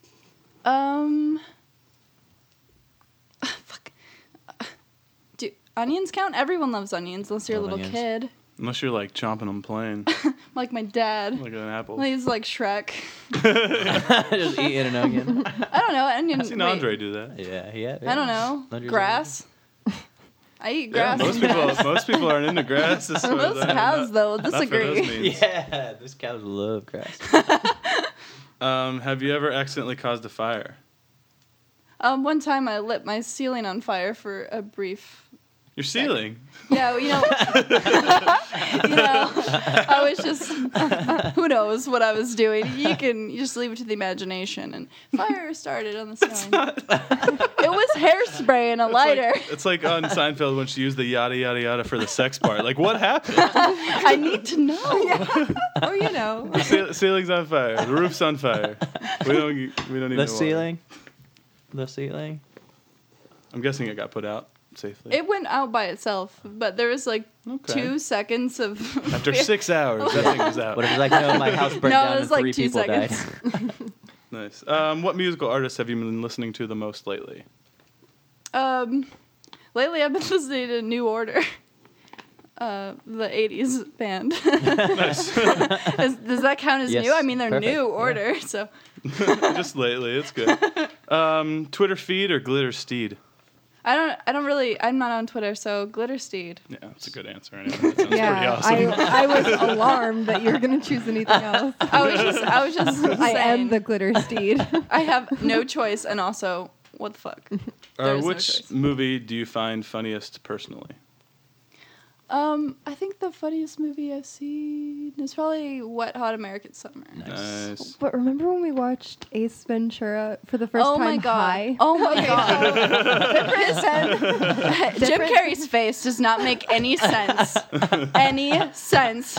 S1: <laughs> um. <laughs> Fuck. Do onions count? Everyone loves onions, unless you're a
S3: Love
S1: little
S3: onions.
S1: kid,
S4: Unless you're like chomping on
S1: <laughs>
S4: plain,
S1: like my dad.
S4: like an apple. <laughs>
S1: Well, He's like Shrek.
S3: Just eating
S1: <laughs>
S3: an onion.
S1: I don't know. Onion.
S4: I've seen
S1: wait.
S4: Andre do that.
S3: Yeah, yeah.
S1: I don't know.
S3: Hundreds of
S1: grass. <laughs> I eat
S4: Yeah,
S1: grass. <laughs>
S4: most people, most people aren't into grass. As far as
S1: Most
S4: I know.
S1: cows though will
S4: Not for those
S1: disagree. <laughs>
S3: <laughs>
S4: means.
S3: Yeah, these cows love grass.
S4: Um, have you ever accidentally caused a fire?
S1: Um, one time I lit my ceiling on fire for a brief.
S4: Your ceiling.
S1: Yeah, you
S4: <laughs>
S1: know, <laughs> you know, I was just <laughs> who knows what I was doing. You can you just leave it to the imagination. And fire started on the ceiling.
S4: <laughs>
S1: it was hairspray and a lighter.
S4: It's like, it's like on Seinfeld when she used the yada yada yada for the sex part. Like, what happened?
S1: I need to know.
S4: <laughs>
S2: Oh, you know.
S4: The ceil- ceiling's on fire. The roof's on fire. We don't. We don't even. know why.
S3: the ceiling. The ceiling.
S4: I'm guessing it got put out safely.
S1: It went out by itself, but there was like
S4: Okay.
S1: two seconds of <laughs>
S4: After six hours, that thing was out.
S3: What if it's like, no, my house burned
S1: No, it
S3: down
S1: was
S3: and
S1: like
S3: three
S1: two
S3: people
S1: seconds.
S3: <laughs> died.
S4: Nice. Um, what musical artists have you been listening to the most lately?
S1: Um, Lately, I've been <laughs> listening to New Order, uh, the '80s band. <laughs>
S4: Nice.
S1: does, does that count as
S3: Yes,
S1: new? I mean, they're
S3: perfect,
S1: New
S3: yeah.
S1: Order, <laughs> so
S4: <laughs> Just lately, it's good. Um, Twitter feed or Glitter Steed?
S1: I don't. I don't really. I'm not on Twitter, so Glittersteed.
S4: Yeah, that's a good answer. Anyway. That sounds pretty
S2: Yeah,
S4: awesome.
S2: I, I was alarmed that you were going to
S1: <laughs>
S2: choose anything else.
S1: I was just. I was
S4: <laughs>
S1: just.
S2: I am
S1: saying,
S2: the glitter steed. <laughs>
S1: I have no choice, and also, what the fuck?
S4: Uh,
S1: There is no
S4: which
S1: choice.
S4: movie do you find funniest personally?
S1: Um, I think the funniest movie I've seen is probably Wet Hot American Summer.
S4: Nice.
S2: but remember when we watched Ace Ventura for the first
S1: oh
S2: time
S1: my god!
S2: high?
S1: Oh my god!
S2: Different-
S1: Jim
S2: Different-
S1: Carrey's face does not make
S2: <laughs>
S1: any sense. any sense.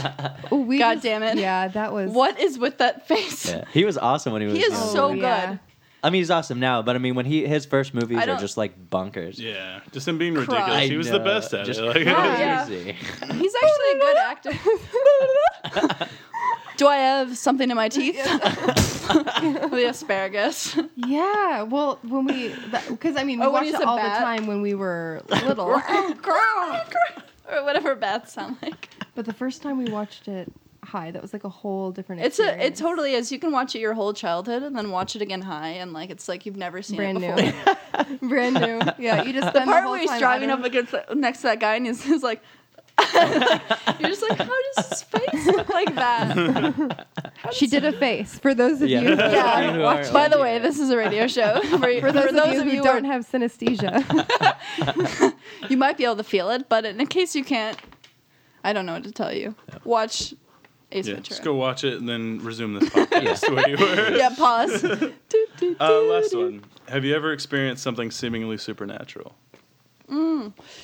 S2: Oh, we
S1: God
S2: just-
S1: damn it.
S2: Yeah, that was
S1: What is with that face?
S3: Yeah. He was awesome when he was.
S1: He is
S3: young.
S2: Oh,
S1: so
S2: yeah.
S1: good.
S3: I mean, he's awesome now, but I mean, when he his first movies
S1: I
S3: are
S1: don't-
S3: just like bonkers.
S4: Yeah, just him being
S1: Cry.
S4: ridiculous. He was the best at
S3: just
S4: it. Like, <laughs>
S1: Yeah.
S3: Crazy.
S1: He's actually a good actor.
S2: <laughs>
S1: Do I have something in my teeth? <laughs> the asparagus.
S2: Yeah, well, when we because I mean we
S1: Oh, when
S2: watched
S1: you
S2: it
S1: said
S2: all
S1: bat?
S2: the time when
S1: <laughs>
S2: we were little,
S1: or whatever bats sound like.
S2: but the first time we watched it high, that was like a whole different.
S1: It's a it
S2: experience.
S1: totally is. You can watch it your whole childhood and then watch it again high and like it's like you've never seen
S2: brand
S1: it before.
S2: new, brand new. <laughs> Yeah, you just
S1: The
S2: spend
S1: part
S2: whole
S1: where he's
S2: time
S1: driving
S2: out
S1: up
S2: of-
S1: against the, next to that guy and he's, he's like <laughs> You're just like, how does his face look like
S4: <laughs>
S1: that?
S2: She did a face for those of
S3: Yeah.
S2: you.
S3: Yeah. You are
S1: By the
S3: like-
S1: way, this is a radio show. <laughs> For,
S2: For those, of, you who
S1: who
S2: don't have synesthesia,
S1: You might be able to feel it, but in case you can't, I don't know what to tell you. Watch Ace
S4: yeah,
S1: Ventura.
S4: just go watch it and then resume this <laughs> podcast the way you were.
S1: Yeah,
S4: <laughs>
S1: pause. <laughs> Doo, doo,
S4: Uh,
S1: doo,
S4: last
S1: doo.
S4: one. Have you ever experienced something seemingly
S1: <laughs>
S4: supernatural?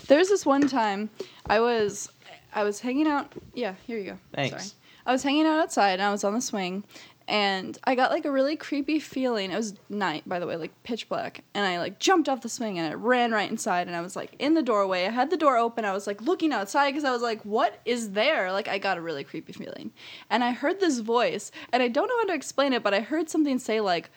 S1: There was this one time I was I was hanging out. Yeah, here you go.
S3: Thanks.
S1: I was hanging out outside and I was on the swing and I got like a really creepy feeling. It was night, by the way, like pitch black. And I like jumped off the swing and I ran right inside and I was like in the doorway. I had the door open. I was like looking outside because I was like, what is there? Like I got a really creepy feeling. And I heard this voice and I don't know how to explain it, but I heard something say like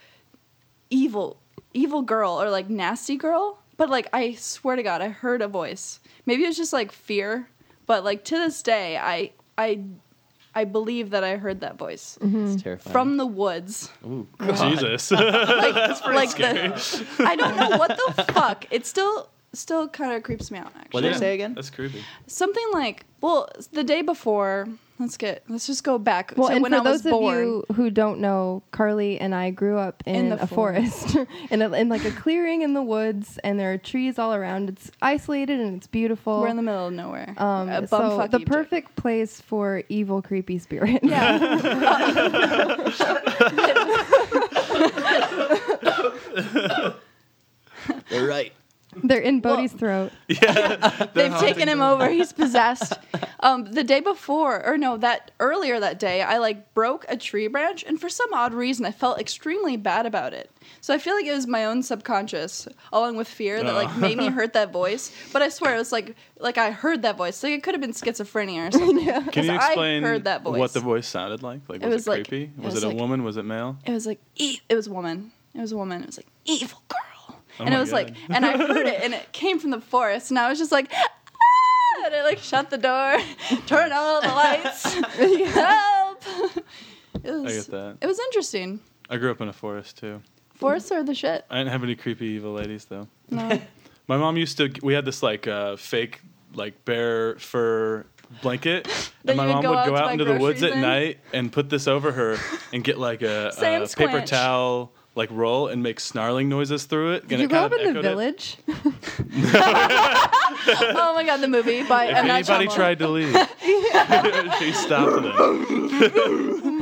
S1: evil evil girl or like nasty girl but like i swear to god i heard a voice maybe it was just like fear but like to this day i i i believe that i heard that voice
S2: Mm-hmm.
S3: It's terrifying.
S1: Hmm. from the woods
S3: Ooh.
S4: Jesus.
S1: like, like the i don't know what the fuck it still still kind of creeps me out actually
S4: <laughs>
S3: What did it say again?
S4: That's creepy.
S1: something like well the day before let's get let's just go back
S2: well,
S1: to
S2: and
S1: when
S2: for
S1: i was
S2: those
S1: born
S2: of you who don't know, Carly and I grew up in,
S1: the
S2: a forest, <laughs> in, a, in like a clearing in the woods, and there are trees all around. It's isolated and it's beautiful.
S1: we're in the middle of nowhere
S2: um,
S1: A
S2: so
S1: bumfuck
S2: the
S1: Egypt.
S2: perfect place for evil, creepy spirits.
S1: Yeah.
S3: You're right.
S2: <laughs> They're in Bodhi's throat.
S1: They've taken him over. He's possessed. um, the day before, or no, that earlier that day, I like broke a tree branch, and for some odd reason, I felt extremely bad about it. So I feel like it was my own subconscious, along with fear, that like
S4: Oh.
S1: made me hurt that voice. But I swear it was like like I heard that voice. Like it could have been schizophrenia or something.
S4: Can
S1: 'Cause
S4: you
S1: I
S4: explain
S1: heard that voice.
S4: what the voice sounded like? Like,
S1: It
S4: was,
S1: was
S4: it
S1: like-
S4: creepy?
S1: it
S4: was
S1: was
S4: it a
S1: like-
S4: woman? Was it male?
S1: it was like e- it was a woman. It was a woman. It was like evil girl. and
S4: Oh my
S1: it was like,
S4: God.
S1: and I heard it, and it came from the forest, and I was just like, "Ah!" and I like shut the door, <laughs> turned on all the
S4: <laughs>
S1: lights, <laughs> help. It was,
S4: I get that.
S1: It was interesting.
S4: I grew up in a forest too.
S1: Forests are the shit.
S4: <laughs> I didn't have any creepy evil ladies though.
S1: No.
S4: My mom used to. We had this like uh, fake like bear fur
S1: <laughs>
S4: blanket,
S1: That
S4: and my
S1: you would
S4: mom
S1: go
S4: would
S1: out
S4: go
S1: to
S4: out
S1: buy
S4: into the woods
S1: groceries in?
S4: at night and put this over her and get like
S1: <laughs>
S4: a,
S1: Sam
S4: a paper
S1: Squinch.
S4: towel like roll and make snarling noises through it.
S2: Did you grow up in
S1: <laughs>
S2: the village? <laughs>
S1: oh my god, the movie by
S4: If
S1: M Night
S4: anybody
S1: Shyamalan.
S4: tried to leave,
S1: <laughs>
S4: <laughs> she stopped them.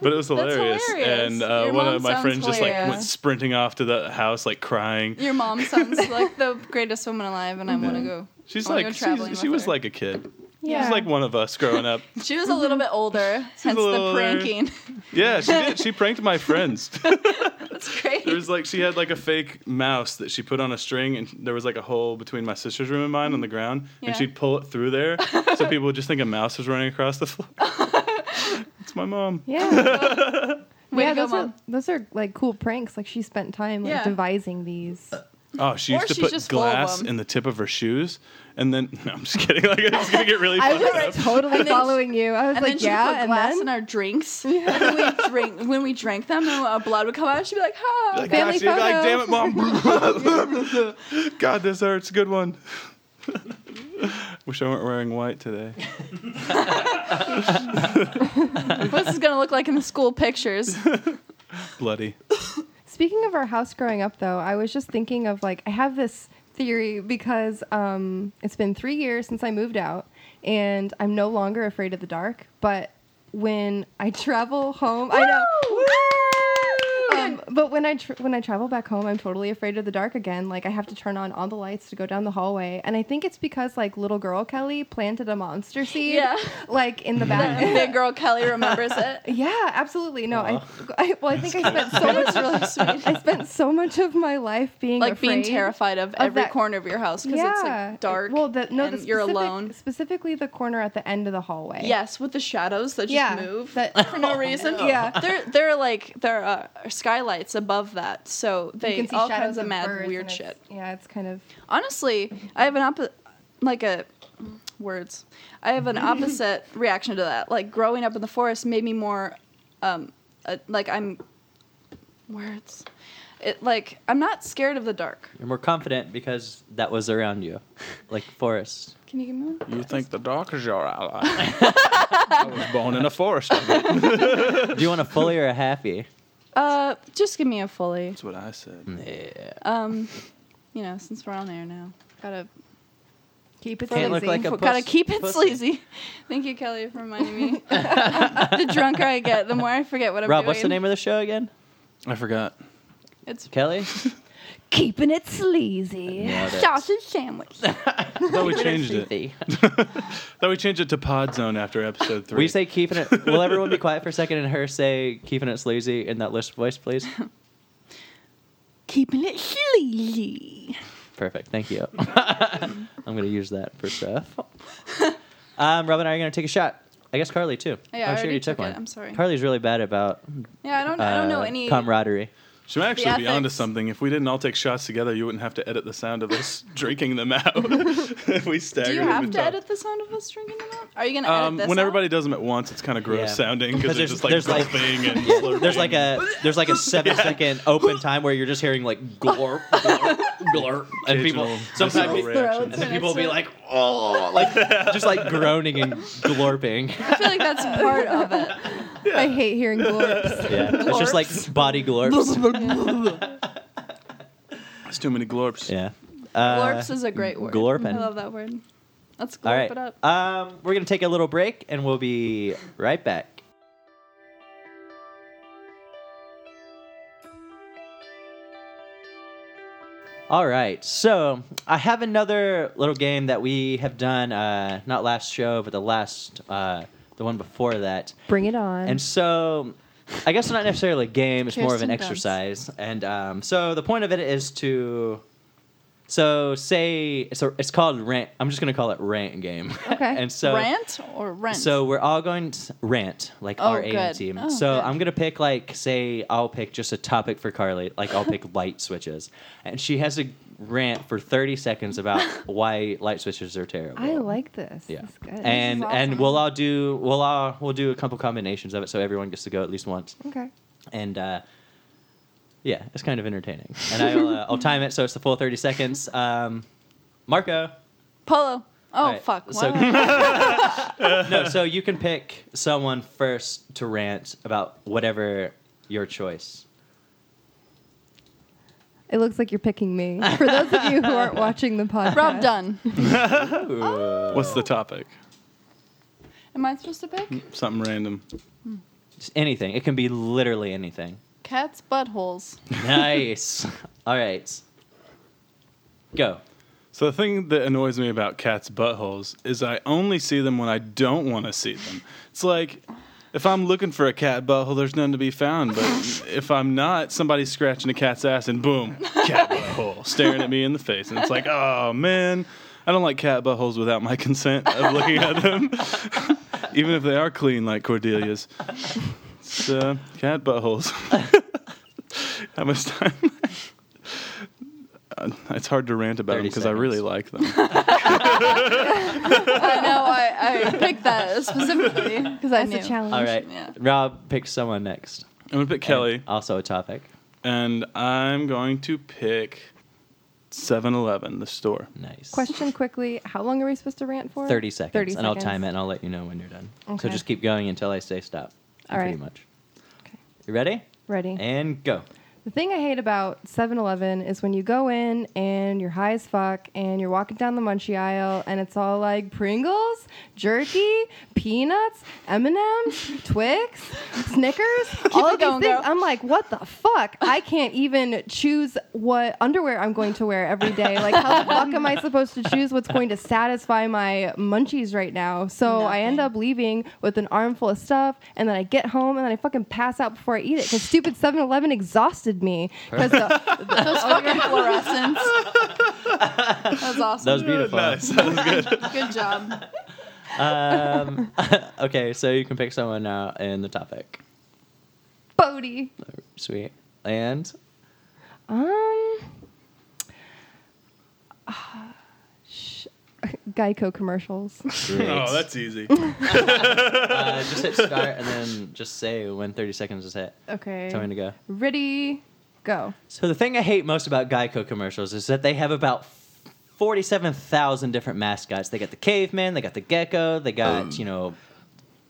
S4: But it was hilarious,
S1: hilarious.
S4: and uh,
S1: Your
S4: one
S1: mom
S4: of my
S1: sounds
S4: friends just like went
S1: hilarious.
S4: sprinting off to the house like crying.
S1: Your mom
S4: <laughs>
S1: sounds like the greatest woman alive, and I want to go.
S4: She's
S1: I wanna
S4: like
S1: go traveling
S4: she's, she
S1: with
S4: was
S1: her.
S4: like a kid. She
S2: Yeah.
S4: was like one of us growing up.
S1: She was a little bit
S4: <laughs>
S1: older, hence
S4: little
S1: the
S4: older.
S1: pranking. <laughs>
S4: Yeah, she did. She pranked my friends.
S1: That's great.
S4: There was like she had like a fake mouse that she put on a string, and there was like a hole between my sister's room and mine on the ground,
S1: Yeah.
S4: and she'd pull it through there,
S1: <laughs>
S4: so people would just think a mouse was running across the floor. it's my mom.
S2: Yeah.
S1: <laughs> Way to go,
S2: yeah, those are,
S1: Mom.
S2: those are like cool pranks. Like she spent time like
S1: Yeah.
S2: devising these.
S4: Oh, she
S1: Or
S4: used to
S1: she's
S4: put
S1: just full of
S4: glass
S1: them.
S4: in the tip of her shoes, and then <laughs> no, I'm just kidding. Like it's gonna get really.
S2: I
S4: fucked
S2: was
S4: up.
S2: totally
S1: then-
S2: following you. I was
S1: And then
S2: like,
S1: she
S2: yeah,
S1: put
S2: and
S1: glass
S2: then
S1: in our
S2: <laughs>
S1: drinks. And then we drink when we drank them, and our blood would come out. She'd be like, "Ha!"
S4: Like,
S2: Family
S4: gosh, you'd be like,
S2: photo.
S4: damn it,
S1: <laughs>
S4: mom. God, this hurts. Good one. <laughs> Wish I weren't wearing white today.
S1: <laughs> What's this gonna look like in the school pictures?
S4: Bloody.
S2: Speaking of our house growing up, though, I was just thinking of like, I have this theory because um, it's been three years since I moved out and I'm no longer afraid of the dark. But when I travel home, <laughs> I
S1: <laughs>
S2: know. Um, but when I tr- when I travel back home, I'm totally afraid of the dark again. Like I have to turn on all the lights to go down the hallway, and I think it's because like little girl Kelly planted a monster seed,
S1: Yeah.
S2: like in the back.
S1: <laughs> Big girl Kelly remembers it.
S2: Yeah, absolutely. No, I, I well, I think I
S1: <laughs>
S2: spent <laughs> so much.
S1: It's really sweet.
S2: I spent so much of my life <laughs> being
S1: Like being
S2: afraid.
S1: terrified of every
S2: that-
S1: corner of your house because it's like dark.
S2: Well, the, no,
S1: and
S2: the
S1: you're
S2: specific-
S1: alone.
S2: Specifically, the corner at the end of the hallway.
S1: Yes, with the shadows that just
S2: Yeah,
S1: move <laughs>
S2: that- <laughs> Oh,
S1: for no reason.
S2: Yeah.
S1: there there are like there are skylights above that, so
S2: You
S1: they
S2: can see
S1: all
S2: shadows
S1: kinds of
S2: birds
S1: mad
S2: and
S1: weird
S2: it's-
S1: shit.
S2: Yeah, it's kind of
S1: Honestly, I have an opposite, like a words. I have an <laughs> opposite reaction to that. Like growing up in the forest made me more, um, uh, like I'm words. It like I'm not scared of the dark.
S3: You're more confident because that was around you, like forest.
S1: Can you give me one?
S4: You think the dark is your ally?
S1: <laughs>
S4: I was born in a forest. of it.
S3: Do you
S4: <laughs>
S3: want a fully or a happy?
S1: Uh, just give me a fully.
S4: That's what I said.
S3: Hmm. Yeah.
S1: Um, you know, since we're on air now, gotta
S2: keep it
S3: Can't look
S2: sleazy.
S3: like a
S1: But gotta
S3: puss-
S1: keep it
S3: pussy.
S1: sleazy. <laughs> Thank you, Kelly, for reminding
S3: <laughs>
S1: me. <laughs> the drunker I get, the more I forget what I'm
S3: Rob,
S1: doing.
S3: what's the name of the show again?
S4: I forgot.
S1: It's
S3: Kelly?
S5: Keeping it sleazy.
S3: Nailed it.
S1: sausage
S3: <laughs>
S1: sandwich.
S4: Thought we changed it. Thought we changed it to Pod Zone after episode three.
S3: Will you say keeping it? Will everyone be quiet for a second and her say keeping it sleazy in that list
S1: <laughs>
S3: voice, please?
S1: Keeping it sleazy.
S3: Perfect.
S1: <laughs>
S3: Thank you. I'm going to use that for stuff. Um, Rob and I are going to take a shot. I guess Carly, too. Oh,
S1: Yeah, I
S3: she
S1: already
S3: already
S1: took it. I'm sorry.
S3: Carly's really bad about
S1: Yeah, I don't. I don't know
S3: uh,
S1: any.
S3: camaraderie.
S4: She might actually be onto
S1: ethics.
S4: something. If we didn't all take shots together, you wouldn't have to edit the sound
S3: <laughs>
S4: of us drinking them out. <laughs> we staggered
S1: do you
S4: them
S1: have
S4: and
S1: to
S4: talked.
S1: edit the sound of us drinking them out? Are you gonna edit
S4: Um,
S1: this?
S4: when
S1: out?
S4: everybody does them at once, it's kind of gross
S3: Yeah.
S4: sounding because they're
S3: There's-
S4: just like
S3: there's like- <laughs>
S4: gulping and slurping.
S3: There's like a there's like a seven second open time where you're just hearing like glorp, glorp, glorp, and people
S4: Occasional
S3: sometimes
S4: visceral
S3: and
S4: reactions.
S3: then people will be like oh like just like groaning and glorping.
S1: I feel like that's part of it.
S2: <laughs> I hate hearing
S3: <laughs>
S2: glorps.
S3: Yeah, it's just like body glorps.
S4: It's too many glorps.
S3: yeah, <laughs> uh,
S1: Glorps is a great word.
S3: glorping.
S1: I love that word. Let's glorp
S3: All right,
S1: it up.
S3: um, we're gonna take a little break and we'll be right back. All right, so I have another little game that we have done, uh, not last show, but the last, uh, the one before that.
S2: Bring it on.
S3: And so, I guess not necessarily a game; it's more of
S1: Kirsten
S3: an
S1: Dunst.
S3: exercise. And um, so, the point of it is to, so say it's a, it's called rant. I'm just gonna call it rant game. <laughs>
S2: Okay.
S3: and so
S1: rant or rent?
S3: so we're all going to rant, like
S1: Oh,
S3: our A
S1: good.
S3: team.
S1: Oh,
S3: so
S1: good.
S3: I'm gonna pick like, say, I'll pick just a topic for Carly. Like
S1: <laughs>
S3: I'll pick light switches, and she has to rant for 30
S1: <laughs>
S3: seconds about why light switches are terrible.
S2: I like this.
S3: Yeah,
S2: This is good.
S3: and
S2: This is
S3: and
S2: awesome.
S3: we'll all do we'll all we'll do a couple combinations of it, so everyone gets to go at least once.
S2: okay.
S3: And uh, yeah, it's kind of entertaining. And I'll uh,
S2: <laughs>
S3: I'll time it so it's the full 30 seconds. Um, Marco.
S1: polo. Oh
S3: All right,
S1: fuck.
S3: So,
S1: Why
S3: <laughs>
S1: would I-
S3: no, so you can pick someone first to rant about whatever your choice.
S2: It looks like you're picking me. For those of you who
S3: <laughs>
S2: aren't watching the podcast,
S1: Rob Dunn.
S4: What's the topic?
S1: Am I supposed to
S3: Mm.
S1: pick?
S4: Something random.
S3: Just anything. It can be
S2: <laughs>
S3: literally anything.
S1: Cats' buttholes.
S3: Nice. All right. Go.
S4: So the thing that annoys me about cats' buttholes is I only see them when I don't want to see them. It's like if I'm looking for a cat butthole, there's none to be found. But if I'm not, somebody's scratching a cat's ass and boom, cat butthole staring at me in the face, and it's like, oh man, I don't like cat buttholes without my consent of looking at them, even if they are clean like Cordelia's. It's uh, cat buttholes. How much time? I Uh, It's hard to rant about them
S3: 30
S4: because I really
S3: seconds.
S4: like them.
S1: I know
S3: <laughs>
S1: I, I picked that specifically because I
S2: That's
S1: knew.
S2: a challenge.
S3: All right,
S1: Yeah.
S3: Rob, pick someone next.
S4: I'm gonna pick Kelly,
S3: And also a topic.
S4: and I'm going to pick 7-Eleven, the store.
S3: Nice.
S2: Question quickly: How long are we supposed to rant for?
S3: 30 seconds,
S2: 30
S3: and I'll
S2: seconds.
S3: time it and I'll let you know when you're done. So
S2: Okay.
S3: just keep going until I say stop.
S2: All
S3: pretty
S2: right.
S3: much.
S2: Okay.
S3: You ready?
S2: Ready.
S3: And go.
S2: The thing I hate about 7 Eleven is when you go in and you're high as fuck and you're walking down the munchie aisle and it's all like Pringles, jerky, peanuts, M&M's, Twix, Snickers, all
S1: it
S2: of these
S1: going,
S2: things.
S1: girl.
S2: I'm like, what the fuck? I can't even choose what underwear I'm going to wear every day. Like, how the fuck am I supposed to choose what's going to satisfy my munchies right now? So I end up leaving with an armful of stuff, and then I get home, and then I fucking pass out before I eat it because stupid 7-Eleven exhausted me. Because
S1: Those fucking fluorescents. That's
S3: That was
S1: awesome.
S3: beautiful.
S4: Nice. <laughs> Oh,
S1: Good job.
S3: Um, okay, so you can pick someone now in the topic.
S2: Bodie.
S3: Sweet. And
S2: Um. <sighs> sh- Geico commercials.
S3: great.
S4: oh, <laughs> that's easy.
S3: uh, just hit start and then just say when 30 seconds is hit.
S2: Okay.
S3: Tell me to go.
S2: Ready, go.
S3: So the thing I hate most about Geico commercials is that they have about forty-seven thousand different mascots. They got the caveman, they got the gecko, they got you know,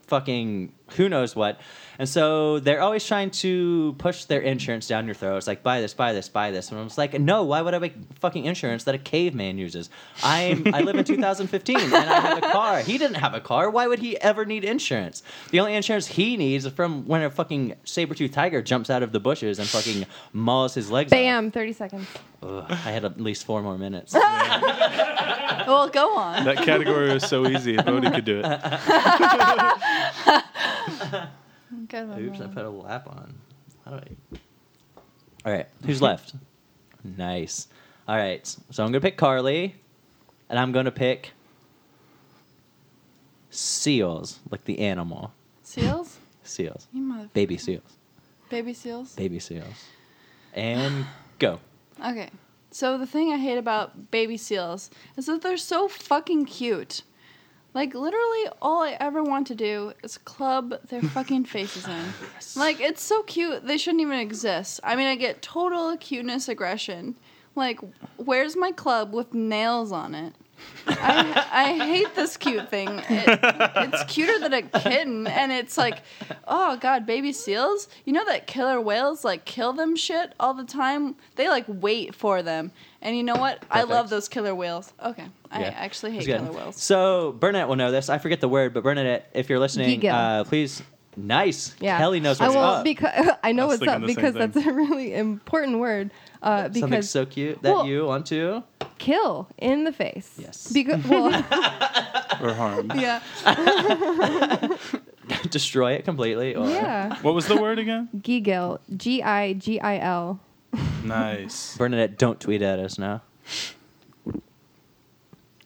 S3: fucking who knows what. And so they're always trying to push their insurance down your throat. It's like buy this, buy this, buy this. And I'm just like, no, why would I make fucking insurance that a caveman uses? I'm I live in 2015 and I have a car. He didn't have a car. Why would he ever need insurance? The only insurance he needs is from when a fucking saber-toothed tiger jumps out of the bushes and fucking mauls his legs. off.
S2: Bam, 30 seconds.
S3: Ugh, I had at least four more minutes.
S1: Well, go on.
S4: That category was so <laughs> easy. Bodhi could do it.
S1: Good one.
S2: Uh-huh.
S3: Oops, I put a lap on. How do I? All right, who's left? Nice. All right, so I'm gonna pick Carly, and I'm gonna pick seals, like the animal
S1: Seals?
S3: seals,
S1: You mother-
S3: baby seals,
S1: baby seals?
S3: baby seals,
S2: <sighs>
S3: and go.
S1: Okay. So the thing I hate about baby seals is that they're so fucking cute. Like literally all I ever want to do is club their fucking faces
S3: <laughs>
S1: in. Like it's so cute. They shouldn't even exist. I mean, I get total cuteness aggression. Like where's my club with nails on it? I, I hate this cute thing. It, it's cuter than a kitten, and it's like, oh god, baby seals. You know that killer whales like kill them shit all the time. They like wait for them, and you know what? I
S3: Perfect.
S1: love those killer whales. Okay, I
S3: Yeah.
S1: actually hate
S3: That's good.
S1: killer whales.
S3: So Bernadette will know this. I forget the word, but Bernadette, if you're listening,
S2: Giga.
S3: uh, please. Nice.
S2: Yeah.
S3: Kelly knows what's
S2: I will,
S3: up.
S2: Because, <laughs> I know
S4: I was
S2: what's
S4: thinking
S2: up
S4: the same
S2: because
S4: thing.
S2: that's a really important word. Uh,
S3: Something
S2: because
S3: so cute that
S2: Well-
S3: you want to. <laughs>
S2: kill in the face.
S3: Yes. <laughs>
S2: Because well,
S4: Or harm.
S1: Yeah,
S3: destroy it completely. Or
S2: yeah.
S4: What was the word again?
S2: Gigil. G I G I L.
S4: Nice.
S3: Bernadette, don't tweet at us now.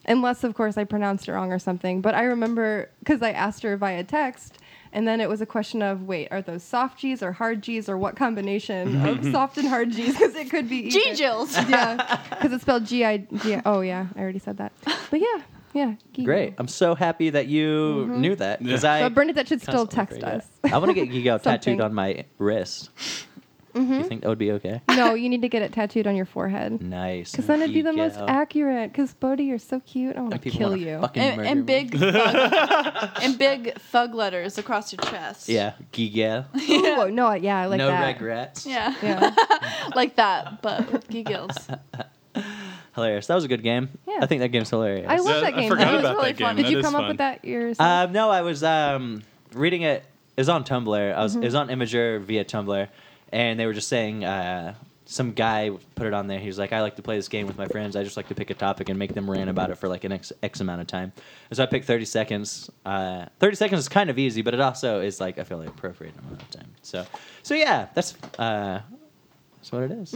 S2: Unless of course I pronounced it wrong or something. But I remember because I asked her via text. And then it was a question of wait, are those soft G's or hard G's or what
S4: <laughs>
S2: combination of soft and hard G's? Because it could be either.
S1: <laughs> G-Jills.
S2: yeah, because it's spelled G I G. Oh yeah, I already said that. But yeah, yeah. Gigo.
S3: Great. I'm so happy that you knew that. Because
S4: Yeah.
S3: I
S2: Mm-hmm. But Bernadette should still
S3: constantly
S2: text
S3: forget.
S2: us.
S3: I want to
S2: <laughs>
S3: get Gigo tattooed
S2: Something. Mm-hmm.
S3: on my wrist. You think that would be okay?
S2: no, you need to get it tattooed on your
S3: Mm.
S2: forehead.
S3: Nice.
S2: Because then it'd be the most
S3: Gigo.
S2: accurate. Because Bodhi, you're so cute. I want to
S3: People
S2: kill
S3: wanna
S2: you.
S3: fucking
S1: and,
S3: murder me.
S1: and
S3: <laughs>
S1: big thug, and big thug letters across your chest. <laughs>
S3: Yeah, Gigo.
S2: Ooh, no, yeah, I like
S3: no
S2: that.
S3: regrets.
S1: yeah,
S3: <laughs>
S2: Yeah.
S1: like that, but with giggles.
S3: Hilarious. That was a good game.
S2: Yeah.
S3: I think that game's hilarious.
S2: I love that
S4: I
S2: game.
S4: forgot
S1: That was
S4: about
S1: really
S4: that game.
S1: fun.
S2: Did
S4: That
S2: you
S4: is
S2: come up
S4: fun.
S2: with that yourself?
S3: Um, no, I was um, reading it. It was on Tumblr. I was it was
S1: Mm-hmm.
S3: on Imager via Tumblr, and they were just saying uh, some guy put it on there. He was like, "I like to play this game with my friends. I just like to pick a topic and make them rant about it for like an x x amount of time." And so I picked thirty seconds. Uh, thirty seconds is kind of easy, but it also is like I feel like appropriate amount of time. So, so yeah, that's uh, that's what it is.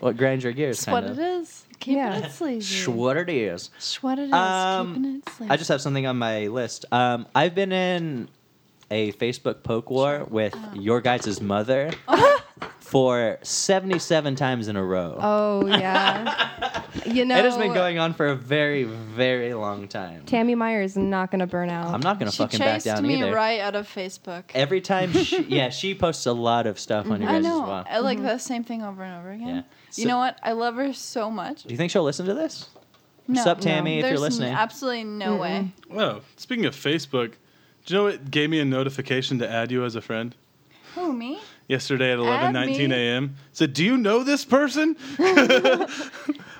S3: What grinds your gears?
S1: That's
S3: kind
S1: Mm-hmm. what
S3: of.
S1: it is. Keeping
S2: Yeah.
S1: it sleazy.
S3: Sh- what it is.
S1: Sh- what it is.
S3: Um,
S1: keeping it sleazy.
S3: I
S1: <laughs>
S3: just have something on my list. Um, I've been
S1: Oh.
S3: in a Facebook poke war with your guys' mother for 77 times in a row.
S2: Oh
S3: <laughs>
S2: yeah. you know,
S3: it has been going on for a very, very long time.
S2: Tammy Meyer is not gonna burn out.
S3: I'm not going to
S1: She
S3: fucking back
S1: chased
S3: down
S1: me
S3: either.
S1: right out of Facebook. <laughs>
S3: Every time, she, yeah, she posts a lot of stuff on
S1: Mm-hmm.
S3: your
S1: I
S3: guys'
S1: know.
S3: as well.
S1: I like the same thing over and over again.
S3: Yeah.
S1: you
S3: So-
S1: know what? I love her so much.
S3: Do you think she'll listen to this?
S1: No,
S3: Sup, Tammy, if you're
S1: There's
S3: listening.
S1: absolutely no way.
S4: Oh, speaking of Facebook, do you know it gave me a notification to add you as a friend?
S1: Who me?
S4: yesterday at
S1: Add
S4: eleven nineteen
S1: me.
S4: a.m. Said, "Do you know this person?" <laughs>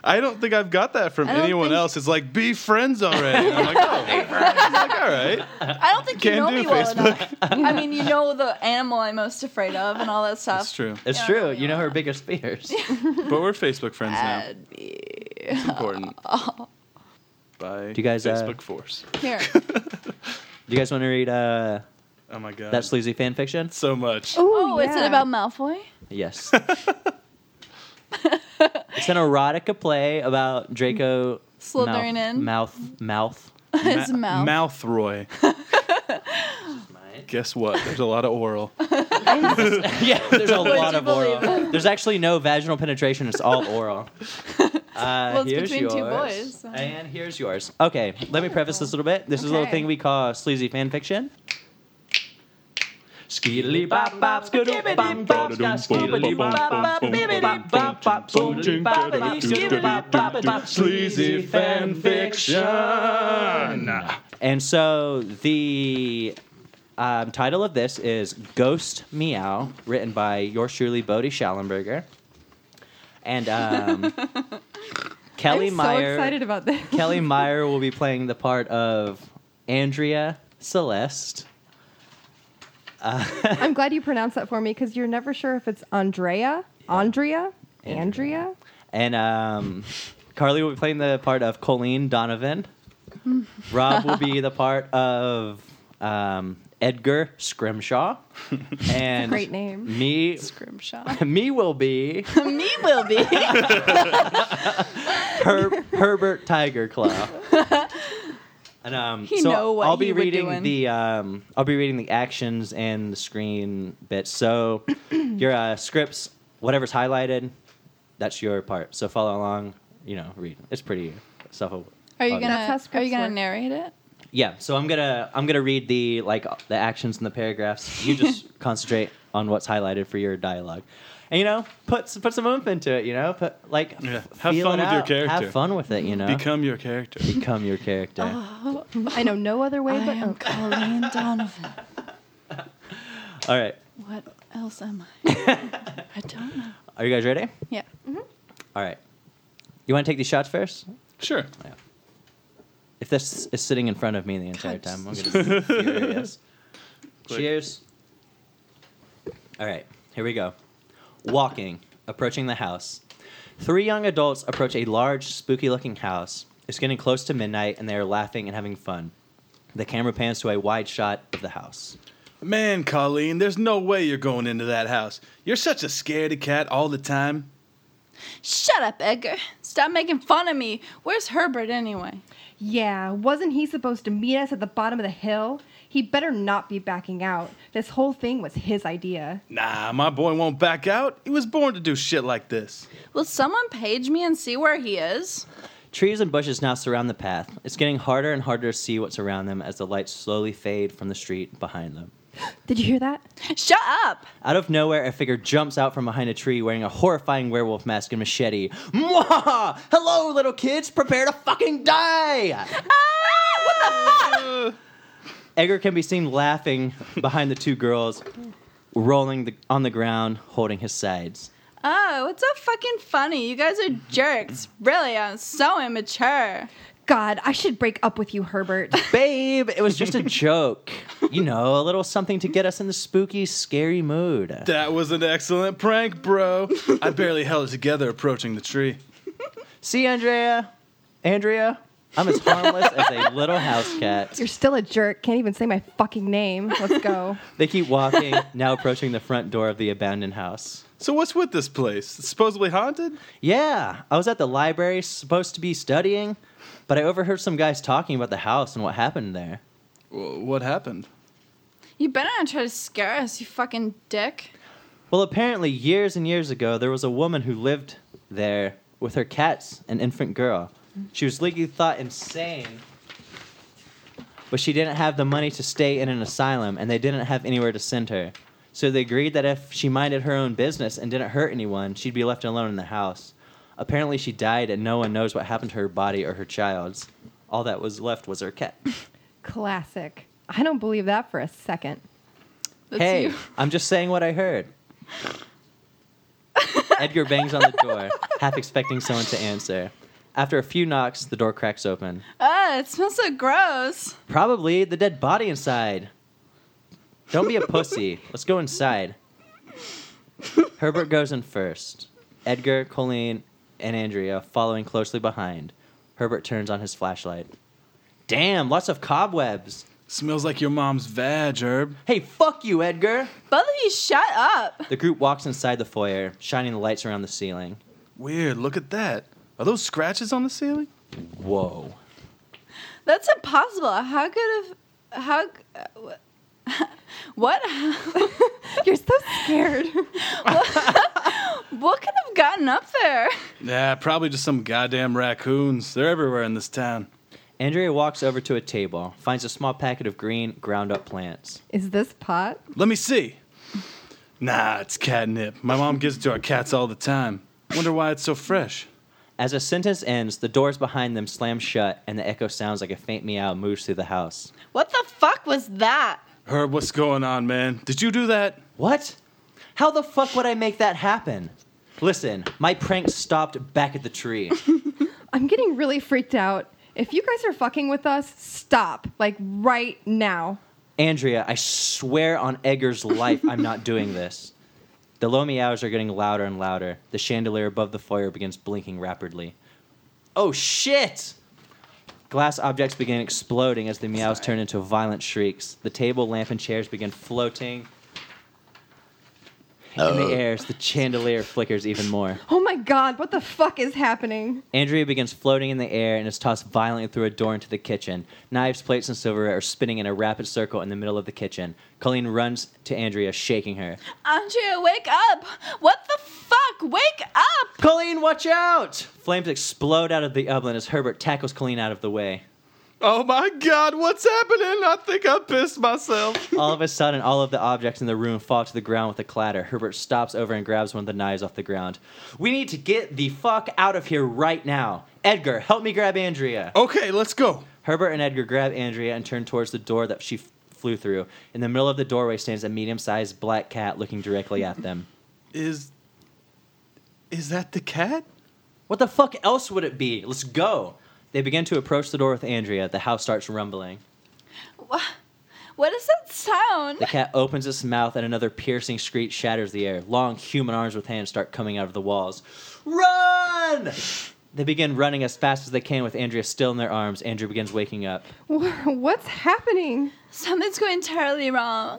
S4: I don't think I've got that from
S1: I don't
S4: anyone
S1: think-
S4: else. It's like be friends already. And I'm like,
S1: <laughs>
S4: oh, be friends. Like, all right.
S1: I don't think you
S4: Can
S1: know
S4: do,
S1: me well enough. <laughs> I mean, you know the animal I'm most afraid of and all that stuff.
S4: That's true.
S3: It's
S1: Yeah,
S3: true.
S1: we
S3: You know
S1: are.
S3: her biggest
S1: <laughs>
S3: fears.
S4: But we're Facebook friends now.
S1: That'd be-
S4: It's important. By
S3: Do you guys, uh,
S4: Facebook force?
S1: <laughs> Here, Oh,
S3: Do you guys want to read uh,
S4: Oh my god.
S3: that sleazy fan fiction?
S4: so much.
S1: oh, it's
S2: yeah.
S1: about Malfoy? <laughs>
S3: Yes. it's an erotica play about Draco
S1: Slithering
S3: mouth,
S1: in.
S3: mouth mouth.
S1: His
S4: Ma-
S1: mouth.
S4: Mouth Roy. Guess what? There's a lot of oral.
S3: yeah, there's a lot
S1: you
S3: of
S1: believe
S3: oral. There's actually no vaginal penetration. It's all oral. Uh,
S1: Well, it's
S3: here's
S1: between two
S3: yours.
S1: boys, so-
S3: And here's yours. Okay, let me preface this a little bit. This is a little
S2: Okay.
S3: thing we call sleazy fan fiction. Skeetily bop bop, skiddle bop bop, skiddly bop bop, bibbidi bop bop, skiddly boppity, skiddly bop bop, bop.
S4: Sleazy fan fiction.
S3: And so the um, title of this is Ghost Meow, written by yours truly, Bodie Schallenberger.
S2: <laughs>
S3: And um, Kelly
S2: I'm so
S3: Meyer.
S2: excited about this. <laughs>
S3: Kelly Meyer will be playing the part of Andrea Celeste.
S2: I'm glad you pronounced that for me because you're never sure if it's Andrea, Andrea, Andrea.
S3: And um, Carly will be playing the part of
S2: <laughs>
S3: Colleen Donovan. Rob will be the part of um, Edgar
S2: <laughs>
S3: Scrimshaw. And
S2: Great name.
S3: Me,
S1: Grimshaw.
S3: <laughs> me will be
S1: <laughs> me will <laughs> be.
S3: Her- Herbert
S1: <laughs>
S3: Tiger Claw. And um,
S1: He
S3: so
S1: know what
S3: I'll be
S1: he would
S3: reading
S1: doin'.
S3: the um, I'll be reading the actions and the screen bits.
S1: <clears throat>
S3: So your uh, scripts, whatever's highlighted, that's your part. So follow along. You know, read. It's pretty self.
S1: Are you
S2: Oh, That's how
S1: gonna? Are
S2: scripts
S1: you gonna
S2: work.
S1: narrate it?
S3: Yeah. So I'm gonna I'm gonna read the like the actions and the paragraphs. You
S4: <laughs>
S3: just concentrate on what's highlighted for your dialogue, and you know, put s- put some oomph into it. You know, put like
S4: Yeah.
S3: f-
S4: Have
S3: feel
S4: fun
S3: it
S4: with your
S3: out. Have
S4: character.
S3: fun with it. You know,
S4: Become Ah. your character.
S3: Become your character.
S2: I know no other way
S1: I
S2: but
S1: am
S2: oh,
S1: <laughs> Colleen Donovan.
S3: All right.
S1: What else am
S2: <laughs>
S1: I? I don't know.
S3: Are you guys ready?
S1: Yeah.
S3: All right. You want to take these shots first?
S4: Sure.
S3: If this is sitting in front of me the entire
S1: God,
S3: time, I'm gonna be furious.
S4: Quick.
S3: Cheers. All right, here we go. Walking, approaching the house. Three young adults approach a large, spooky looking house. It's getting close to midnight, and they are laughing and having fun. The camera pans to a wide shot of the house.
S4: Man, Colleen, there's no way you're going into that house. You're such a scaredy cat all the time.
S1: Shut up, Edgar. Stop making fun of me. Where's Herbert anyway?
S2: yeah. Wasn't he supposed to meet us at the bottom of the hill? He better not be backing out. This whole thing was his idea.
S4: Nah, my boy won't back out. He was born to do shit like this.
S1: Will someone page me and see where he is? <laughs>
S3: Trees and bushes now surround the path. It's getting harder and harder to see what's around them as the lights slowly fade from the street behind them.
S2: Did you hear that?
S1: Shut up.
S3: Out of nowhere, a figure jumps out from behind a tree wearing a horrifying werewolf mask and machete. Mwahaha! Hello, little kids! Prepare to fucking die! Edgar can be seen laughing behind the two girls, rolling the, on the ground, holding his sides.
S1: Oh, it's so fucking funny. You guys are jerks. Really, I'm so immature.
S2: God, I should break up with you, <laughs> Herbert.
S3: Babe, it was just a joke. You know, a little something to get us in the spooky, scary mood.
S4: That was an excellent prank, <laughs> bro. I barely held it together approaching the tree.
S3: See, Andrea? Andrea? I'm as harmless as a little house cat.
S2: You're still a jerk. Can't even say my fucking name. Let's go.
S3: They keep walking, now approaching the front door of the abandoned house.
S4: So, what's with this place? It's supposedly haunted?
S3: Yeah, I was at the library, supposed to be studying, but I overheard some guys talking about the house and what happened there.
S4: Wh- What happened?
S1: You better not try to scare us, you fucking dick.
S3: Well, apparently, years and years ago, there was a woman who lived there with her cats and infant girl. She was legally thought insane, but she didn't have the money to stay in an asylum, and they didn't have anywhere to send her. So they agreed that if she minded her own business and didn't hurt anyone, she'd be left alone in the house. Apparently, she died, and no one knows what happened to her body or her child's. All that was left was her cat.
S2: <laughs> Classic. I don't believe that for a second.
S1: That's
S3: hey,
S1: you.
S3: I'm just saying what I heard. Edgar bangs on the door, half expecting someone to answer. After a few knocks, the door cracks open.
S1: Ah, it smells so gross.
S3: Probably the dead body inside. Don't be a pussy. Let's go inside. Herbert goes in first. Edgar, Colleen, and Andrea following closely behind. Herbert turns on his flashlight. Damn, lots of cobwebs.
S4: Smells like your mom's vag, Herb.
S3: Hey, fuck you, Edgar.
S1: Both of you, shut up.
S3: The group walks inside the foyer, shining the lights around the ceiling.
S4: Weird, look at that. Are those scratches on the ceiling?
S3: Whoa.
S1: That's impossible. How could have? How? uh, wh- <laughs> What?
S2: You're so <laughs> scared.
S1: What could have gotten up there?
S4: Nah, probably just some goddamn raccoons. They're everywhere in this town.
S3: Andrea walks over to a table, finds a small packet of green, ground up plants.
S2: Is this pot?
S4: Let me see. Nah, it's catnip. My mom gives it to our cats all the time. Wonder why it's so fresh.
S3: As a sentence ends, the doors behind them slam shut, and the echo sounds like a faint meow moves through the house.
S1: What the fuck was that?
S4: Herb, what's going on, man? Did you do that?
S3: What? How the fuck would I make that happen? Listen, my prank stopped back at the tree.
S2: I'm getting really freaked out. If you guys are fucking with us, stop. Like right now.
S3: Andrea, I swear on Edgar's life I'm not doing this. The low meows are getting louder and louder. The chandelier above the foyer begins blinking rapidly. Oh shit! Glass objects begin exploding as the meows turn into violent shrieks. The table, lamp, and chairs begin floating in the air as the chandelier flickers even more.
S2: Oh my god, what the fuck is happening?
S3: Andrea begins floating in the air and is tossed violently through a door into the kitchen. Knives, plates, and silverware are spinning in a rapid circle in the middle of the kitchen. Colleen runs to Andrea, shaking her.
S1: Andrea, wake up! What the fuck? Wake up!
S3: Colleen, watch out! Flames explode out of the oven as Herbert tackles Colleen out of the way.
S4: Oh my god, what's happening? I think I pissed myself.
S3: All of a sudden, all of the objects in the room fall to the ground with a clatter. Herbert stops over and grabs one of the knives off the ground. We need to get the fuck out of here right now. Edgar, help me grab Andrea.
S4: Okay, let's go.
S3: Herbert and Edgar grab Andrea and turn towards the door that she f- flew through. In the middle of the doorway stands a medium sized black cat looking directly at them.
S4: Is. Is that the cat?
S3: <laughs> What the fuck else would it be? Let's go. They begin to approach the door with Andrea. The house starts rumbling.
S1: Wha- What is that sound?
S3: The cat opens its mouth and another piercing screech shatters the air. Long human arms with hands start coming out of the walls. Run! They begin running as fast as they can with Andrea still in their arms. Andrea begins waking up.
S2: Wh- What's happening?
S1: Something's going entirely wrong.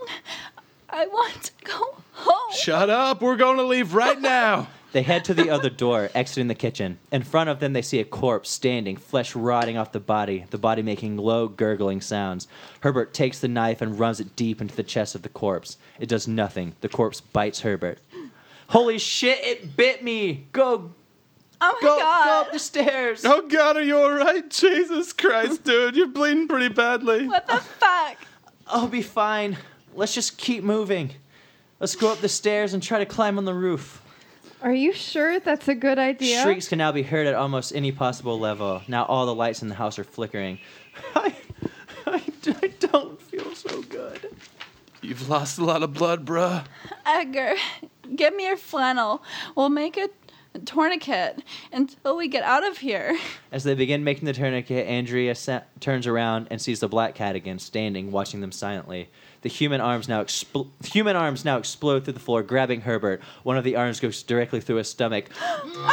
S1: I want to go home.
S4: Shut up, we're gonna
S1: <laughs>
S4: leave right now.
S3: They head to the other door, exiting the kitchen. In front of them, they see a corpse standing, flesh rotting off the body, the body making low, gurgling sounds. Herbert takes the knife and runs it deep into the chest of the corpse. It does nothing. The corpse bites Herbert. Holy shit, it bit me! Go,
S1: oh my
S3: go, go
S1: god!
S3: up the stairs!
S4: Oh god, are you alright?
S1: <laughs>
S4: Jesus Christ, dude, you're bleeding pretty badly.
S1: What the fuck?
S3: I'll be fine. Let's just keep moving. Let's go up the stairs and try to climb on the roof.
S2: Are you sure that's a good idea?
S3: Shrieks can now be heard at almost any possible level. Now all the lights in the house are flickering. <laughs> I, I, I don't feel so good.
S4: You've lost a lot of blood, bruh.
S1: Edgar, get me your flannel. We'll make a tourniquet until we get out of here.
S3: As they begin making the tourniquet, Andrea sa- turns around and sees the black cat again, standing, watching them silently. The human arms now expl- human arms now explode through the floor, grabbing Herbert. One of the arms goes directly through his stomach.
S4: Oh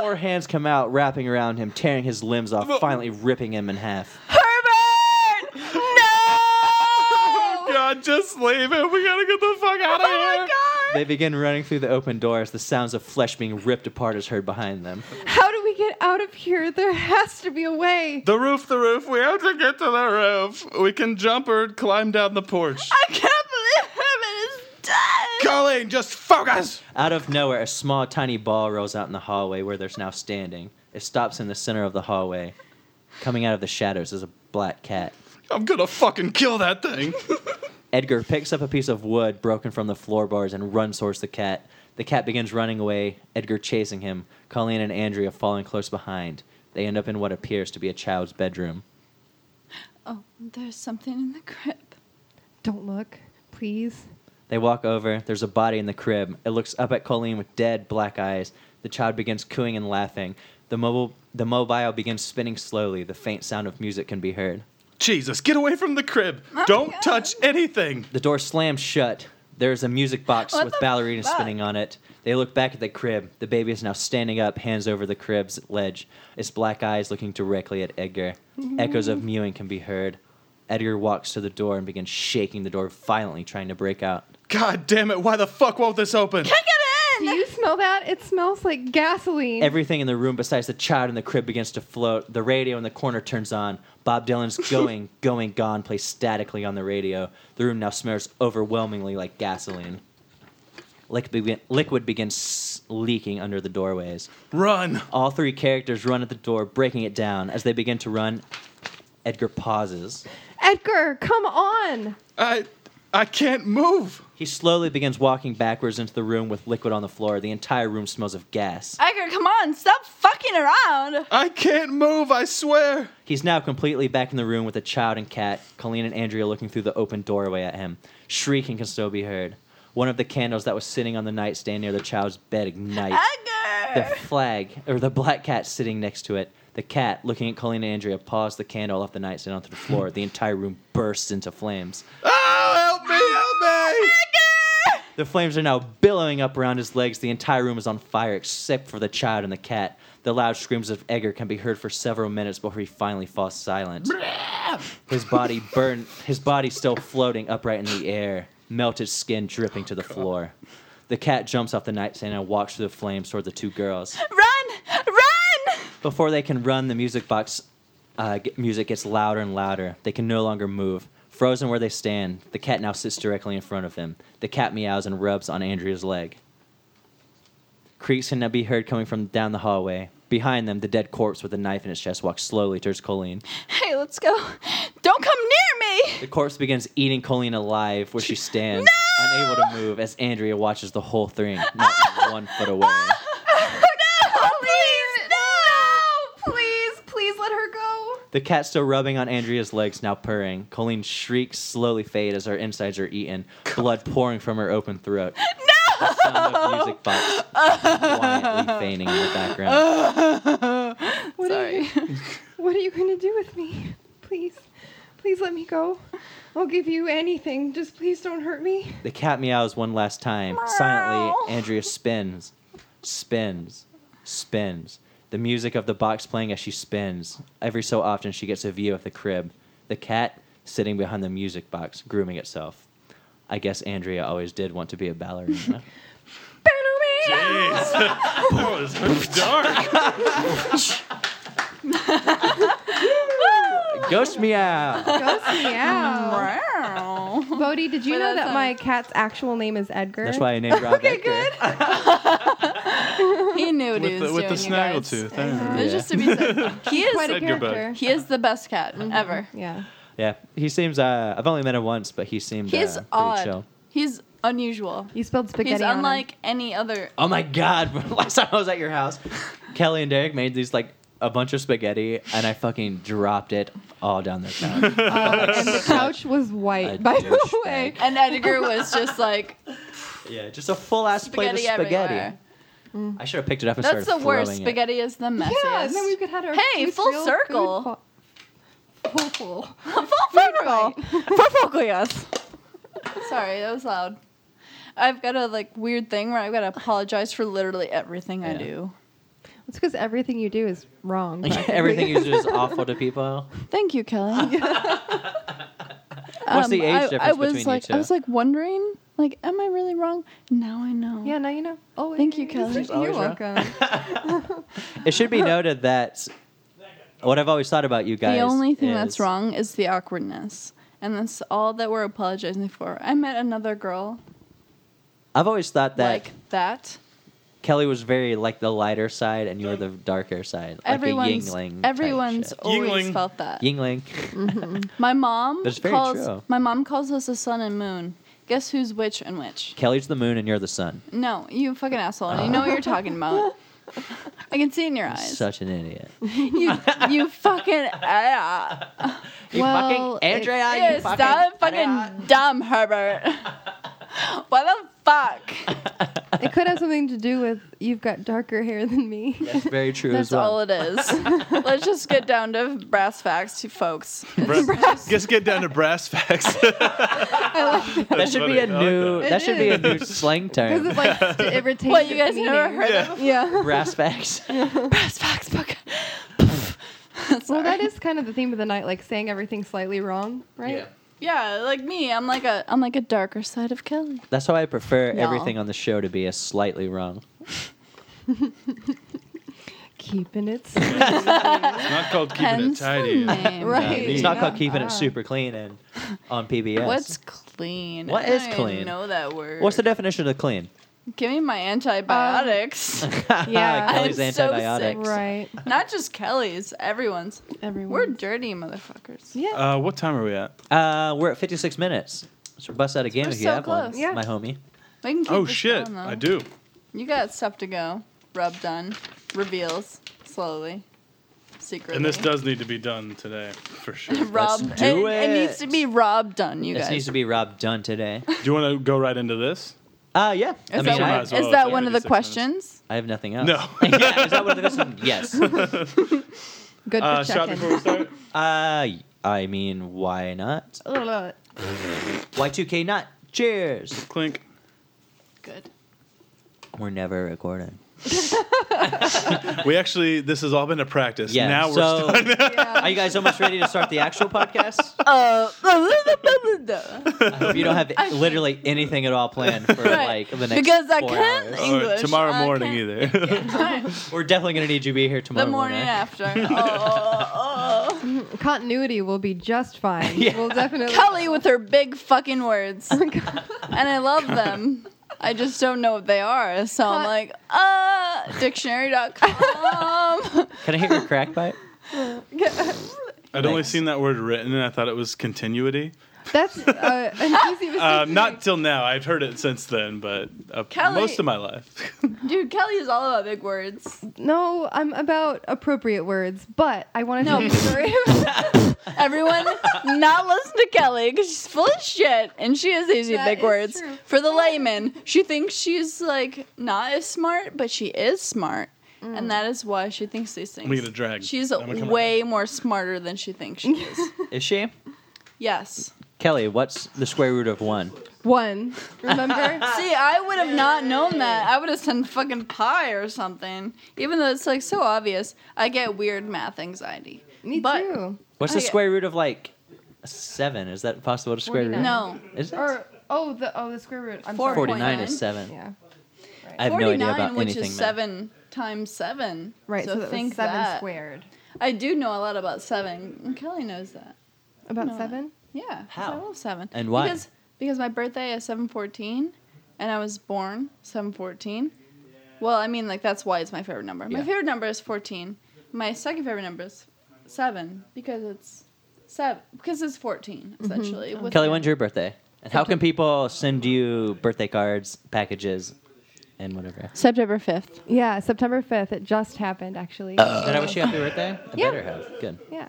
S3: More hands come out, wrapping around him, tearing his limbs off, finally ripping him in half.
S1: Herbert! No!
S4: God, just leave it. We gotta get the fuck
S1: Oh
S4: out of here.
S3: They begin running through the open door as the sounds of flesh being ripped apart is heard behind them.
S2: How do we get get out of here. There has to be a way.
S4: The roof, the roof. We have to get to the roof. We can jump or climb down the porch.
S1: I can't believe Herman is dead.
S4: Colleen, just focus.
S3: Out of nowhere, a small, tiny ball rolls out in the hallway where there's now standing. It stops in the center of the hallway. Coming out of the shadows is a black cat.
S4: I'm gonna fucking kill that
S1: <laughs>
S4: thing.
S3: Edgar picks up a piece of wood broken from the floorboards and runs towards the cat. The cat begins running away, Edgar chasing him, Colleen and Andrea falling close behind. They end up in what appears to be a child's bedroom.
S1: Oh, there's something in the crib.
S2: Don't look, please.
S3: They walk over. There's a body in the crib. It looks up at Colleen with dead black eyes. The child begins cooing and laughing. The mobile, the mobile begins spinning slowly. The faint sound of music can be heard.
S4: Jesus, get away from the crib. Don't
S1: Oh God.
S4: touch anything.
S3: The door slams shut. There's a music box
S1: What
S3: with
S1: the
S3: ballerinas
S1: fuck?
S3: spinning on it. They look back at the crib. The baby is now standing up, hands over the crib's ledge. Its black eyes looking directly at Edgar. Echoes of mewing can be heard. Edgar walks to the door and begins shaking the door violently, trying to break out.
S4: God damn it! Why the fuck won't this open?
S2: Do you smell that? It smells like gasoline.
S3: Everything in the room besides the child in the crib begins to float. The radio in the corner turns on. Bob Dylan's Going, Going, Gone plays statically on the radio. The room now smells overwhelmingly like gasoline. Liquid, begin, liquid begins leaking under the doorways.
S4: Run.
S3: All three characters run at the door, breaking it down. As they begin to run, Edgar pauses.
S2: Edgar, come on.
S4: I, I can't move.
S3: He slowly begins walking backwards into the room with liquid on the floor. The entire room smells of gas.
S1: Edgar, come on, stop fucking around.
S4: I can't move. I swear.
S3: He's now completely back in the room with the child and cat, Colleen and Andrea looking through the open doorway at him. Shrieking can still be heard. One of the candles that was sitting on the nightstand near the child's bed ignites. The
S1: Edgar.
S3: flag, or the black cat sitting next to it. The cat, looking at Colleen and Andrea, paws the candle off the nightstand onto the floor. the entire room bursts into flames.
S4: Oh, help me! Help me!
S3: The flames are now billowing up around his legs. The entire room is on fire except for the child and the cat. The loud screams of Edgar can be heard for several minutes before he finally falls silent. his body burned, his body still floating upright in the air, melted skin dripping to the floor. The cat jumps off the nightstand and walks through the flames toward the two girls.
S1: Run, run.
S3: Before they can run, the music box uh, g- music gets louder and louder. They can no longer move. Frozen where they stand, the cat now sits directly in front of them. The cat meows and rubs on Andrea's leg. Creaks can now be heard coming from down the hallway. Behind them, the dead corpse with a knife in its chest walks slowly towards Colleen.
S1: Hey, let's go. Don't come
S2: <laughs>
S1: near me. <laughs>
S3: The corpse begins eating Colleen alive where she stands, unable to move, as Andrea watches the whole thing, not one foot away.
S1: No, please, no.
S2: Please, please let her go.
S3: The cat still rubbing on Andrea's legs, now purring. Colleen shrieks slowly fade as her insides are eaten, blood pouring from her open throat. No! The sound of music box quietly fainting in the background.
S2: What Are
S1: Sorry.
S2: you, what are you going to do with me? Please, please let me go. I'll give you anything. Just please don't hurt me.
S3: The cat meows one last time. Silently, Andrea spins, spins, spins. The music of the box playing as she spins. Every so often, she gets a view of the crib. The cat sitting behind the music box, grooming itself. I guess Andrea always did want to be a ballerina.
S4: Jeez. <laughs> that was dark.
S3: Ghost meow!
S2: <laughs> Ghost meow.
S1: Wow.
S2: Bodhi, did you
S1: Wait,
S2: know
S1: that's
S2: that
S1: a-
S2: my cat's actual name is Edgar?
S3: That's why I named Rob
S2: Okay,
S3: Edgar.
S2: good.
S1: He knew what he
S4: With
S1: was doing.
S4: the, with the
S1: you guys.
S4: snaggletooth.
S1: It <laughs>
S4: eh?
S1: was just to be said. He
S2: Quite a
S1: is.
S4: Edgar Bud.
S2: character. Mm-hmm.
S1: He is the best cat ever.
S2: Yeah.
S3: Yeah, he seems. Uh, I've only met him once, but he seemed uh,
S1: He's
S3: pretty
S1: odd.
S3: chill.
S1: He's unusual.
S2: You spelled spaghetti.
S1: He's
S2: on him.
S1: unlike any other.
S3: Oh my god! <laughs> Last time I was at your house, Kelly and Derek made these like a bunch of spaghetti, and I fucking dropped it all down their couch.
S2: Uh, and the couch was
S3: A
S2: white, by the
S3: douchebag.
S2: way.
S1: And Edgar was just
S3: <laughs>
S1: like
S3: yeah, just a full ass plate of
S1: spaghetti
S3: spaghetti.
S1: everywhere.
S3: I should have picked it up and
S1: That's the
S3: started
S1: worst.
S3: throwing it.
S1: Spaghetti is the messiest.
S2: Yeah, and then we could have our
S1: Hey,
S2: food
S1: full
S2: real
S1: circle.
S2: Food fo- full, full.
S1: <laughs> Full circle. <laughs> Full circle, yes. Sorry, that was loud. I've got a like weird thing where I've got to apologize for literally everything I
S3: Yeah.
S1: do.
S2: It's because everything you do is wrong.
S3: <laughs>
S2: practically.
S3: Everything is just awful to people.
S1: Thank
S3: <laughs>
S1: you, Kelly.
S3: What's the age
S1: I,
S3: difference
S1: I was <laughs>
S3: between
S1: like,
S3: you two?
S1: I was like wondering Like, am I really wrong? Now I know.
S2: Yeah, now you know. Oh,
S1: Thank you, Kelly.
S2: You're
S3: Always wrong.
S2: welcome.
S3: It should be noted that what I've always thought about you guys.
S1: The only thing
S3: is-
S1: that's wrong is the awkwardness. And that's all that we're apologizing for. I met another girl
S3: I've always thought that
S1: like that.
S3: Kelly was very like the lighter side, and you were the darker side, like
S1: everyone's
S3: a yingling. type
S1: everyone's Mm.
S3: shit.
S1: always
S4: Yingling.
S1: felt that.
S3: yingling.
S1: My mom
S3: That's very
S1: calls
S3: true.
S1: my mom calls us the sun and moon. Guess who's which and which?
S3: Kelly's the moon, and you're the sun.
S1: No, you fucking asshole. You know what you're talking
S3: <laughs>
S1: about. I can see it in your eyes.
S3: Such an idiot.
S1: You, you
S3: <laughs>
S1: fucking. ah.
S3: You
S2: Well,
S3: fucking Andrea,
S1: Yeah,
S3: you fucking.
S1: stop fucking dumb, Herbert. <laughs> what the fuck?
S2: it could have something to do with you've got darker hair than me.
S3: That's very true
S1: That's
S3: as well.
S4: uh,
S1: all it is. <laughs> Let's just get down to brass facts, you folks.
S4: Brass, just get down to brass facts.
S3: that should be a new.
S2: that.
S3: that
S2: It
S3: should be a
S2: is.
S3: new <laughs> slang
S2: Because
S3: term.
S2: it like st- it retains.
S1: What you guys
S2: its
S1: never
S2: meaning.
S1: heard
S4: Yeah.
S1: of?
S2: Yeah.
S3: Brass facts.
S1: <laughs> Brass facts, <laughs> fuck.
S2: Well, that is kind of the theme of the night, like saying everything slightly wrong, right?
S1: Yeah, like me, I'm like a I'm like a darker side of Kelly.
S3: That's how I prefer
S1: No.
S3: everything on the show to be a slightly wrong.
S2: Keeping it.
S4: It's not called keeping
S1: Hence
S4: it tidy. <laughs>
S1: the name.
S2: Right.
S3: Uh, it's not called keeping it super clean and on PBS.
S1: What's clean?
S3: What
S1: I don't
S3: is
S1: even
S3: clean?
S1: Know that word.
S3: What's the definition of clean?
S1: Give me my antibiotics. <laughs>
S2: Yeah.
S3: <laughs> Kelly's
S1: I'm so sick.
S3: antibiotic.
S2: right.
S1: not just Kelly's, everyone's.
S2: Everyone.
S1: We're dirty motherfuckers.
S2: yeah.
S4: Uh, what time are we at?
S3: Uh, we're at 56 minutes. So bust out a game
S1: We're
S3: if you
S1: so
S3: have one,
S1: close.
S2: Yeah.
S3: my homie.
S1: We can keep
S4: Oh
S1: this
S4: shit,
S1: going, though.
S4: I do.
S1: You got stuff to go. Rub done. Reveals slowly, secretly.
S4: And this
S1: <laughs>
S4: does need to be done today for sure. do
S1: Rob,
S3: Let's do
S1: it, needs
S3: it.
S1: to be Rob done, you
S3: This
S1: guys.
S3: needs to be Rob done today.
S4: you want to go right into this?
S3: Uh, yeah. I
S1: is
S3: mean,
S1: that, one,
S4: might
S3: I,
S4: as well,
S1: is
S4: it's
S1: that
S4: already
S1: one of the
S4: six minutes.
S1: questions?
S3: I have nothing else. <laughs>
S4: No.
S3: yeah, is that one of the questions? Yes.
S2: Good for
S4: Uh, shot
S2: checking.
S4: before we start.
S3: Uh, I mean, why
S4: <laughs>
S3: not? Y2K not. Cheers.
S4: Clink.
S1: Good.
S3: We're never recording.
S4: We actually, this has all been a practice.
S3: Yeah.
S4: now we're
S3: so, <laughs>
S4: starting.
S3: are you guys almost ready to start the actual
S4: <laughs>
S3: podcast?
S1: Uh,
S3: I hope you don't have literally anything at all planned for
S1: Right.
S3: like the next
S1: Because I
S3: four
S1: can't-
S3: hours.
S1: English,
S4: Or Oh, uh, tomorrow
S1: I
S4: morning
S1: <laughs>
S4: either.
S3: We're definitely gonna need you to be here tomorrow
S1: the morning
S3: morning. <laughs>
S1: after. Oh, oh, oh.
S2: Continuity will be just fine.
S3: Yeah.
S2: We'll definitely.
S1: Kelly with her big fucking words, and I love them. I just don't know what they are, so I'm
S2: Cut.
S1: like, uh, dictionary.com.
S3: Can I hit your
S1: <laughs>
S3: crack bite?
S4: I'd only seen that word written and I thought it was continuity.
S2: <laughs> That's uh, an easy mistake.
S4: Uh,
S2: to
S4: not
S2: make.
S4: till now. I've heard it since then, but uh,
S1: Kelly-
S4: most of my life. <laughs>
S1: Dude, Kelly is all about big
S2: <laughs>
S1: words.
S2: No, I'm about appropriate words, but I want to know.
S1: <laughs> Everyone, not listen to Kelly because she's full of shit and she is using
S2: That
S1: big
S2: is
S1: words.
S2: true.
S1: For the layman, she thinks she's like not as smart, but she is smart.
S2: Mm.
S1: And that is why she thinks these things.
S4: We need a drag.
S1: She's
S4: I'm gonna come
S1: way more smarter than she thinks she
S2: <laughs>
S1: is.
S3: Is she?
S1: yes.
S3: Kelly, what's the square root of one?
S2: <laughs> One. Remember?
S1: <laughs> See, I would have not known that. I would have said fucking pie or something. Even though it's like so obvious, I get weird math anxiety.
S2: Me
S1: But-
S2: too.
S3: What's the
S1: I-
S3: square root of like seven? Is that possible to square root?
S2: 49.
S1: No.
S3: Is it?
S2: Or oh the oh the square root. I'm
S1: Four
S2: sorry.
S1: point-
S3: 49 is seven.
S2: Yeah.
S3: I have no
S1: 49,
S3: idea about
S1: which
S3: anything.
S1: is
S3: math.
S1: seven times seven.
S2: Right. So, that
S1: think
S2: was seven
S1: that.
S2: squared.
S1: I do know a lot about seven. and Kelly knows that.
S2: About
S1: No.
S2: seven.
S1: Yeah. 'cause I
S3: How?
S1: love seven.
S3: And why?
S1: Because, because my birthday is seven fourteen, and I was born seven fourteen. Well, I mean, like that's why it's my favorite number. My
S3: Yeah.
S1: favorite number is fourteen. My second favorite number is seven because it's seven because it's fourteen
S2: Mm-hmm.
S1: essentially.
S2: Oh.
S1: with
S3: Kelly,
S1: the-
S3: when's your birthday? And how can people send you birthday cards, packages, and whatever?
S1: September fifth?
S2: Yeah, September fifth. It just happened actually.
S3: Did I wish you happy birthday? I
S2: Yeah.
S3: better have. Good.
S2: Yeah.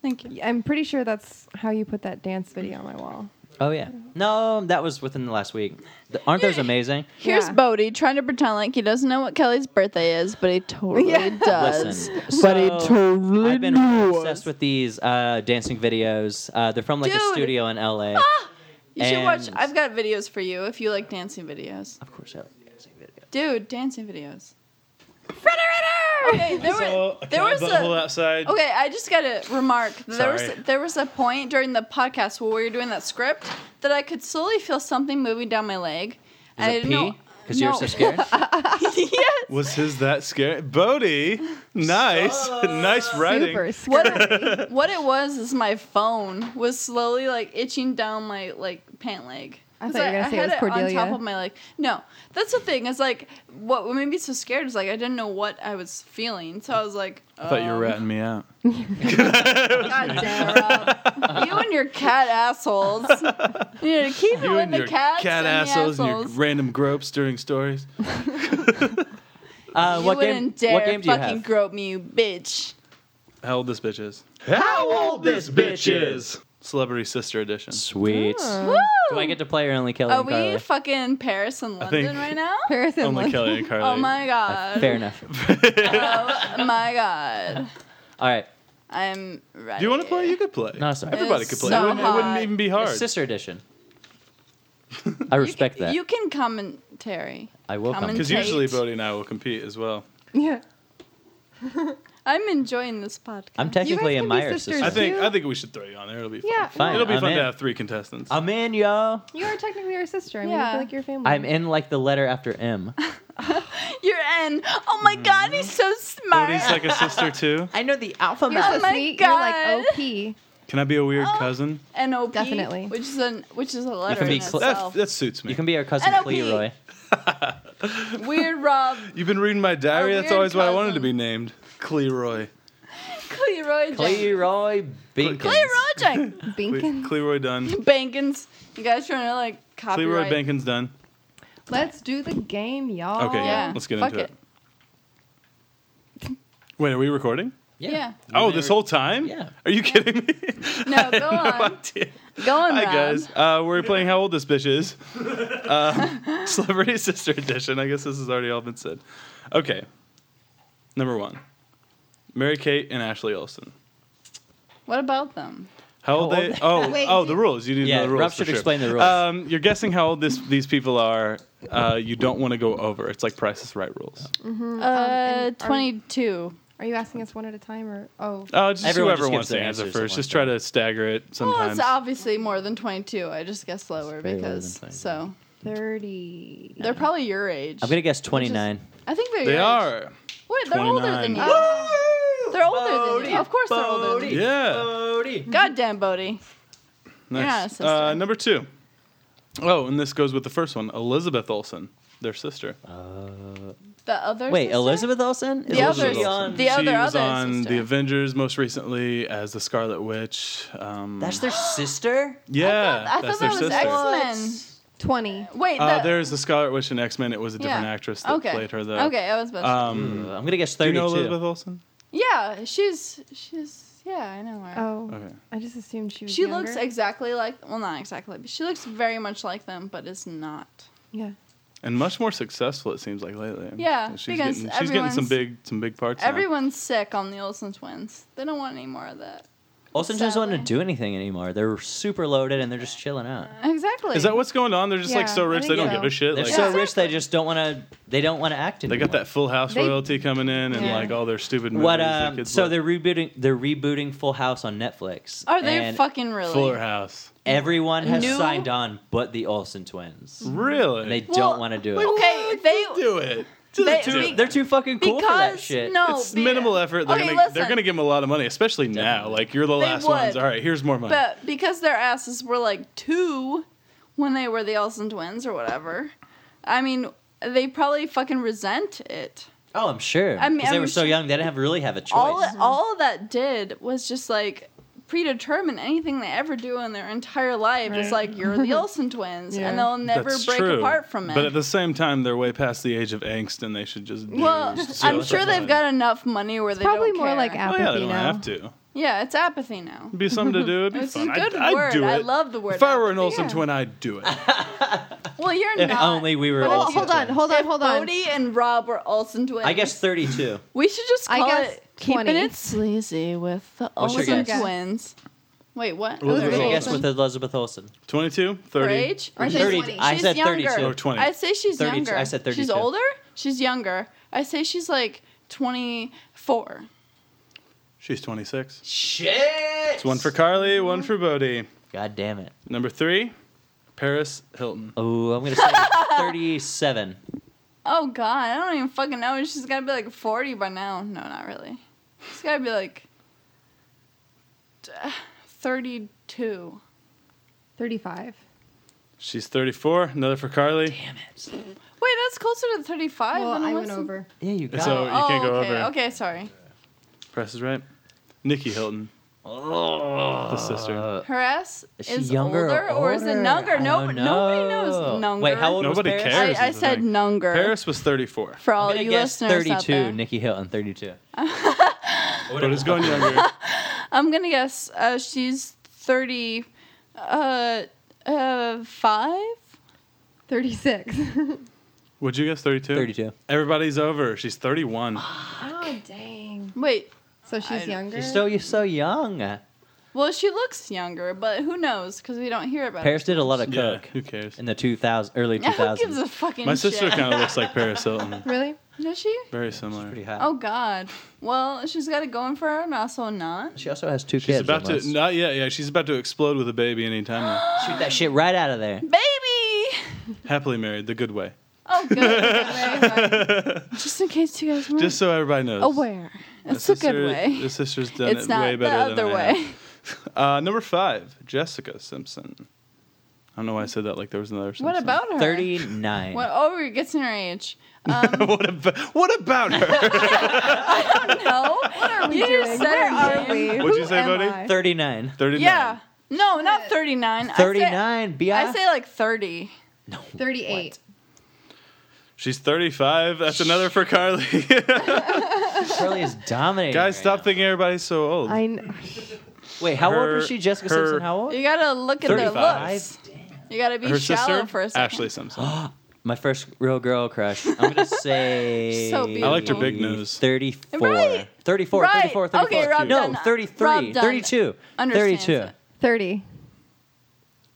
S1: Thank you.
S2: I'm pretty sure that's how you put that dance video on my wall.
S3: Oh yeah. No, that was within the last week. Th- Aren't those amazing?
S1: Here's
S2: Yeah.
S1: Bodie trying to pretend like he doesn't know what Kelly's birthday is, but he totally does. <laughs>
S3: Listen, but it totally I've been obsessed with these uh, dancing videos. Uh, they're from like a
S1: Dude. Ah.
S3: studio in LA.
S1: You should watch.
S3: And-
S1: I've got videos for you if you like dancing videos.
S3: Of course, I like dancing videos.
S1: Dude, dancing videos. Okay, there, were,
S4: Saw a
S1: there was
S4: cat butthole
S1: a.
S4: outside.
S1: Okay, I just gotta remark. that There
S4: Sorry.
S1: was there was a point during the podcast where we were doing that script that I could slowly feel something moving down my leg. and I
S3: Is
S1: didn't
S3: it pee?
S1: know.
S3: Because you're
S1: No. <laughs>
S3: so scared. <laughs>
S1: yes.
S4: Was his that scary? Bodie, nice, nice writing.
S2: Super scary.
S1: <laughs> What
S2: <laughs>
S1: what it was is my phone was slowly like itching down my like pant leg.
S2: I
S1: 'Cause
S2: thought you were gonna say it
S1: had
S2: was Cordelia.
S1: on top of my leg. No, that's the thing. Is like what made me so scared is like I didn't know what I was feeling, so I was like, um,
S4: I thought you were ratting me out. <laughs>
S1: God damn, Rob. you and your cat assholes. You need to keep it
S4: You
S1: with
S4: and
S1: the
S4: your
S1: cats
S4: cat
S1: and
S4: assholes
S1: the
S4: and your
S1: assholes.
S4: random gropes during stories.
S3: Uh,
S1: You
S3: what game?
S1: wouldn't dare
S3: what game do you
S1: fucking
S3: have?
S1: grope me, you bitch.
S4: How old this bitch is? How old this bitch is? Celebrity Sister Edition.
S3: Sweet.
S2: Oh.
S3: Do I get to play or only Kelly
S1: Are Oh,
S3: and
S1: we
S3: Carly?
S1: fucking Paris and
S4: think-
S1: London right now?
S2: Paris and
S4: Only
S2: London.
S4: Kelly and Carly.
S1: <laughs> Oh
S4: <laughs>
S1: my god. <laughs>
S3: Fair enough.
S1: Oh my god.
S3: All right.
S1: I'm ready.
S4: Do you want to play? You could play.
S3: No, sorry.
S4: Everybody
S1: It's
S4: could play.
S1: so
S4: it, wouldn't, it wouldn't
S1: hot.
S4: even be hard.
S3: Sister edition. I respect that.
S1: You can commentary.
S3: I will come.
S1: Comment-
S4: Because usually
S1: Kate.
S4: Bodie and I will compete as well.
S2: Yeah.
S1: I'm enjoying this podcast.
S3: I'm technically
S2: You guys
S3: in
S2: can be
S3: Myers'
S2: sisters.
S3: sister.
S4: I think
S2: you?
S4: I think we should throw you on there. It'll be fun.
S2: Yeah.
S3: Fine.
S4: It'll be
S3: I'm
S4: fun
S3: in.
S4: to have three contestants.
S3: I'm in, yo.
S2: You are technically our sister. I mean,
S1: Yeah.
S2: you feel like your family.
S3: I'm in like the letter after M.
S1: You're N. Oh my god, he's so smart.
S4: Bodie's Mm-hmm. like a
S1: <laughs>
S4: sister too.
S3: I know the alphabet.
S2: You're so
S1: Oh my
S2: sweet.
S1: God.
S2: You're like OP.
S4: Can I be a
S1: Oh.
S4: weird cousin?
S1: NOP.
S2: Definitely.
S1: Which is an which is a letter
S3: can
S1: in
S3: be cl-
S4: That,
S1: itself.
S4: that suits me.
S3: You can be our cousin
S1: NLP.
S3: Cleroy.
S1: Weird Rob
S4: You've been reading my diary.
S1: A
S4: That's
S1: weird
S4: always what I wanted
S1: cousin.
S4: to be named. Cleroy.
S1: Cleroy Jenkins.
S3: Cleroy Bacon.
S1: Cleroy Jenkins.
S4: Cle-
S2: Binkin.
S4: Cleroy Dunn.
S1: Bankins. You guys trying to like copyright?
S4: Cleroy Bankins Dunn.
S2: Let's do the game, y'all.
S4: Okay, yeah.
S1: Yeah.
S4: Let's get
S1: Fuck
S4: into it.
S1: it.
S4: Wait, are we recording?
S1: Yeah.
S4: oh, this whole time?
S3: Yeah.
S4: Are you
S3: <laughs>
S4: kidding me? <laughs>
S1: No, go
S4: No
S1: on.
S4: idea.
S1: Go on,
S4: Hi
S1: Rob.
S4: guys. Uh, we're playing How Old This Bitch Is, uh, <laughs> Celebrity Sister Edition. I guess this has already all been said. Okay. Number one, Mary Kate and Ashley Olsen.
S1: What about them?
S4: How old
S3: How
S4: they?
S3: old- <laughs>
S4: Oh,
S2: Wait,
S4: oh,
S2: do-
S4: the rules. You didn't
S3: Yeah,
S4: know the rules.
S3: Rob
S4: for
S3: should
S4: sure.
S3: explain the rules.
S4: Um, you're guessing how old this, these people are. Uh, you don't want to go over. It's like Price is Right rules.
S1: Uh,
S2: Um, and are-
S1: 22.
S2: Are you asking us one at a time or oh?
S4: Oh, just
S3: Everyone
S4: whoever
S3: just gives
S4: wants to
S3: their
S4: answer
S3: answers at Oh,
S4: first.
S3: once,
S4: Just try
S3: yeah.
S4: to stagger
S1: Well,
S4: it
S1: Oh, it's
S4: sometimes.
S1: obviously more than 22. I just guess lower
S3: way lower
S1: because
S3: than 22.
S1: so
S2: Thirty.
S1: they're probably your age.
S3: I'm gonna guess 29.
S1: I think they're.
S4: they
S1: your Age.
S4: are.
S1: Wait, they're older than
S4: 29.
S1: you. They're older than you. Of course, they're older than you.
S4: Yeah.
S1: Goddamn, Bodie.
S4: Nice.
S1: not a sister.
S4: Uh, number two. Oh, and this goes with the first one Elizabeth Olsen, their sister.
S3: Oh,
S1: The other.
S3: Uh, Wait,
S1: sister?
S3: Elizabeth Olsen? Is
S1: The
S3: Elizabeth
S1: others-
S3: on-
S1: the-
S4: she
S1: other-
S4: was
S1: other
S4: on
S1: sister.
S4: the Avengers most recently as the Scarlet Witch. Um,
S3: That's
S1: <gasps>
S3: their sister?
S4: yeah,
S1: I thought
S4: that's
S1: that was
S4: their sister.
S1: X
S2: Twenty.
S1: Men. Wait,
S4: Uh,
S1: the-
S4: there's the Scarlet Witch in X Men. It was a different
S1: yeah.
S4: actress that
S1: okay.
S4: played her though.
S1: Okay, I was about to.
S4: Um,
S3: Ooh, Hmm. I'm gonna guess
S4: do
S3: 32.
S4: you know Elizabeth Olsen?
S1: yeah, she's she's yeah, I know her.
S2: Oh,
S4: Okay.
S2: I just assumed she was.
S1: she
S2: younger.
S1: looks exactly like well, not exactly, but she looks very much like them, but is not.
S2: yeah.
S4: And much more successful it seems like lately.
S1: Yeah,
S4: she's
S1: because
S4: getting, she's getting some
S1: everyone's-
S4: big some big parts. now.
S1: Everyone's sick on the Olsen twins. They don't want any more of that.
S3: Olsen just want to
S1: Sadly.
S3: do anything anymore. They're super loaded and they're just chilling out.
S1: Exactly.
S4: Is that what's going on? They're just like
S2: Yeah,
S4: so
S2: I
S4: rich they
S2: think
S4: don't
S2: so.
S4: give a shit.
S3: They're
S4: Like,
S3: so
S1: Yeah.
S3: rich they just don't want to. They don't want to act
S4: They
S3: anymore.
S4: got that Full House
S2: They-
S4: royalty coming in, and
S2: Yeah.
S4: like all their stupid movies.
S3: What?
S4: the
S3: Um,
S4: kids
S3: so
S4: love.
S3: they're rebooting. They're rebooting Full House on Netflix.
S1: Are they
S3: and
S1: fucking really?
S4: Fuller House.
S3: Everyone has
S1: New-
S3: signed on, but the Olsen twins.
S4: Really?
S3: And they
S1: Well,
S3: don't want to do it.
S1: Okay, they
S4: do it.
S1: They-
S4: do
S1: we-
S4: it.
S3: They're too fucking cool for that
S1: because
S3: shit.
S1: no,
S4: it's
S1: be-
S4: minimal effort. They're
S1: okay,
S4: gonna
S1: listen,
S4: they're gonna give them a lot of money, especially now.
S3: Definitely.
S4: Like you're the
S1: They
S4: last
S1: would.
S4: ones. All right, here's more money.
S1: But because their asses were like two when they were the Olsen twins or whatever, I mean, they probably fucking resent it.
S3: Oh, I'm sure.
S1: I mean-
S3: Because they
S1: I'm
S3: were so
S1: sure-
S3: young, they didn't have really have a choice.
S1: all
S2: Mm-hmm.
S1: all that did was just like predetermine anything they ever do in their entire life is like you're
S2: <laughs>
S1: the Olsen twins
S2: Yeah.
S1: and they'll never
S4: That's
S1: break
S4: true.
S1: apart from it.
S4: But at the same time, they're way past the age of angst, and they should just. do
S1: well,
S4: it. So
S1: I'm
S4: it's
S1: sure
S4: like-
S1: they've got enough money where they
S2: Probably
S1: don't
S2: more
S1: care.
S2: like
S4: Oh yeah, they
S2: apathy
S4: don't
S2: now.
S4: have to. It'd
S1: yeah, it's apathy now.
S4: be something to do. It'd be
S1: It's a
S4: fun.
S1: good
S4: I'd,
S1: word.
S4: I'd do it.
S1: I love the word
S4: If I were an Olsen
S2: Yeah.
S4: twin, I'd do it.
S1: Well,
S4: <laughs>
S1: you're
S3: <laughs> If
S1: not.
S3: only we were.
S1: Well,
S2: Oh,
S3: Olsen
S2: hold on,
S3: twins.
S2: hold on,
S1: If
S2: hold on.
S1: Bodhi and Rob were Olsen twins.
S3: I guess
S1: <laughs>
S3: 32.
S1: we should just
S2: I
S1: call
S2: guess
S1: it keeping
S2: 20.
S1: it sleazy with the
S3: What's your
S1: Olsen
S3: guess?
S1: twins. Wait, what?
S4: What
S1: Other
S4: was your
S3: What's your
S1: age?
S3: guess
S4: Olsen.
S3: with Elizabeth Olsen?
S4: 22, 30.
S1: Her age?
S2: Or
S1: She's-
S2: 30.
S1: she's
S3: I said
S1: younger.
S3: 32.
S4: Or 20.
S1: I say she's
S3: 32.
S1: younger.
S3: I said
S1: She's
S3: 32.
S1: older. She's younger. I say she's like 24.
S4: She's 26.
S3: Shit.
S4: It's one for Carly, one for Bodie.
S3: God damn it.
S4: Number three, Paris Hilton.
S3: Oh, I'm gonna say <laughs> 37.
S1: Oh god, I don't even fucking know. She's gotta be like 40 by now. No, not really. She's gotta be like <sighs> t- 32.
S2: 35.
S4: She's 34. Another for Carly.
S3: Damn it.
S1: Wait, that's closer to 35.
S2: well,
S1: than it
S2: I
S1: was
S2: went
S1: to-
S2: over.
S3: Yeah, you got
S4: It's
S3: it.
S4: a- You can't go
S1: Oh, okay,
S4: over.
S1: Okay, sorry.
S4: Press is right. Nikki Hilton, the
S3: Uh,
S4: sister.
S1: Her ass
S3: Is she
S1: is
S3: younger
S1: older,
S3: or
S1: or is it
S3: older?
S1: nunger?
S3: I
S1: No,
S3: don't
S1: nobody
S3: know.
S1: knows nunger.
S3: Wait, how old
S4: Nobody
S3: was Paris?
S4: cares.
S1: I, I
S4: is the
S1: said
S4: thing.
S1: nunger.
S4: Paris was 34.
S1: for
S3: I'm
S1: all
S3: gonna
S1: you
S3: guess
S1: listeners out
S3: 32.
S1: there.
S3: Nikki Hilton, 32.
S4: But it's
S1: <laughs>
S4: going younger.
S1: I'm gonna guess uh, she's 30, uh, uh, five.
S2: <laughs> 36.
S4: Would you guess 32?
S3: 32.
S4: Everybody's over. She's 31.
S3: Ah,
S2: oh, dang.
S1: Wait,
S2: So she's
S1: I-
S2: younger?
S3: She's so, you're so young.
S1: well, she looks younger, but who knows? Because we don't hear about
S3: Paris
S1: it.
S3: did a lot of
S4: Yeah,
S3: coke
S4: who cares?
S3: in the 2000 early
S1: Yeah, <laughs> Who gives
S3: 2000s.
S1: a fucking
S4: My sister
S1: shit?
S4: kind of looks like
S3: <laughs>
S4: Paris Hilton.
S2: really?
S1: Does she?
S4: Very similar.
S3: Pretty hot.
S1: Oh God. Well, she's got it going for her, and also not.
S3: She also has two
S4: She's
S3: kids.
S4: about to
S3: almost.
S4: not yet. Yeah, she's about to explode with a baby
S3: <gasps>
S4: anytime now.
S3: shoot that shit right out
S1: <laughs>
S3: of there.
S1: Baby.
S4: Happily married, the good way.
S1: Oh
S4: <laughs>
S1: good. Just in case you guys weren't
S4: Just so everybody knows.
S1: aware,
S4: The
S1: Oh, it's a
S4: sister-
S1: good way.
S4: The sister's done
S1: It's
S4: it
S1: not
S4: way
S1: the
S4: better
S1: other
S4: than I have.
S1: way.
S4: Uh, number five, Jessica Simpson. I don't know why I said that like there was another. Simpson.
S1: What
S4: <laughs>
S1: about her?
S3: 39.
S1: What? Oh, we're guessing her age. Um,
S4: what about what
S1: <laughs>
S4: about her?
S1: no. What are we
S2: doing? Where are we?
S4: What'd you
S2: Who
S4: say,
S2: am
S4: buddy?
S2: I?
S3: 39.
S4: Thirty nine.
S1: Yeah. No, not 39. I say-
S3: 39, bi.
S1: I say like 30.
S3: no.
S2: 38.
S4: She's thirty five. That's another for Carly. <laughs>
S3: Shirley is dominating.
S4: Guys,
S3: right
S4: stop
S3: now.
S4: thinking everybody's so old.
S2: I kn-
S3: Wait, how old
S4: Her-
S3: was she? Jessica
S4: her-
S3: Simpson, how old?
S1: You gotta look at their
S4: 35.
S1: looks. You gotta be
S4: her
S1: shallow
S4: sister,
S1: for a second.
S4: Ashley Simpson. <gasps>
S3: My first real girl crush. I'm
S1: <laughs>
S3: going to say.
S1: So beautiful.
S4: I liked her big nose.
S3: 34.
S1: Right.
S3: 34,
S1: Right.
S3: 34, 34.
S1: Okay, Rob
S3: no,
S1: Dunn-
S3: 33.
S1: Rob Dunn
S3: 32.
S1: understands
S3: 32.
S1: it.
S2: 30.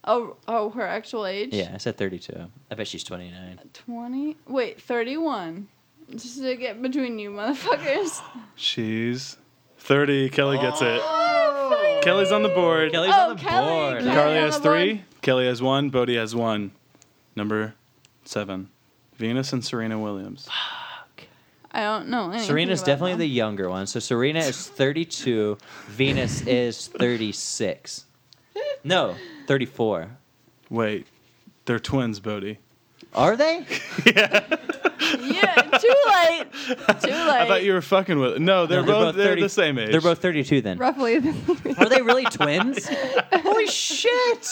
S1: Oh, oh, her actual age?
S3: Yeah, I said 32. I bet she's 29.
S1: Oh, 20? Wait, 31. Just to get between you motherfuckers.
S4: She's thirty. Kelly gets it. Kelly's on the board.
S3: Kelly's
S1: Oh,
S3: on the
S1: Kelly,
S3: board.
S1: Oh. Kelly.
S4: Carly
S1: on
S4: has
S1: the board.
S4: three. Kelly has one. Bodie has one. Number seven, Venus and Serena Williams.
S1: I don't know. anything
S3: Serena's
S1: about
S3: definitely
S1: them.
S3: the younger one. So Serena is 32. Venus is 36. No, 34.
S4: Wait, they're twins, Bodie.
S3: Are they?
S1: Yeah, too late.
S4: <laughs>
S1: Too late.
S4: I thought you were fucking with. No, they're,
S3: No,
S4: both, they're
S3: 30
S4: the same age.
S3: They're both 32 then.
S2: Roughly. <laughs>
S3: Are they really twins? <laughs> Holy shit!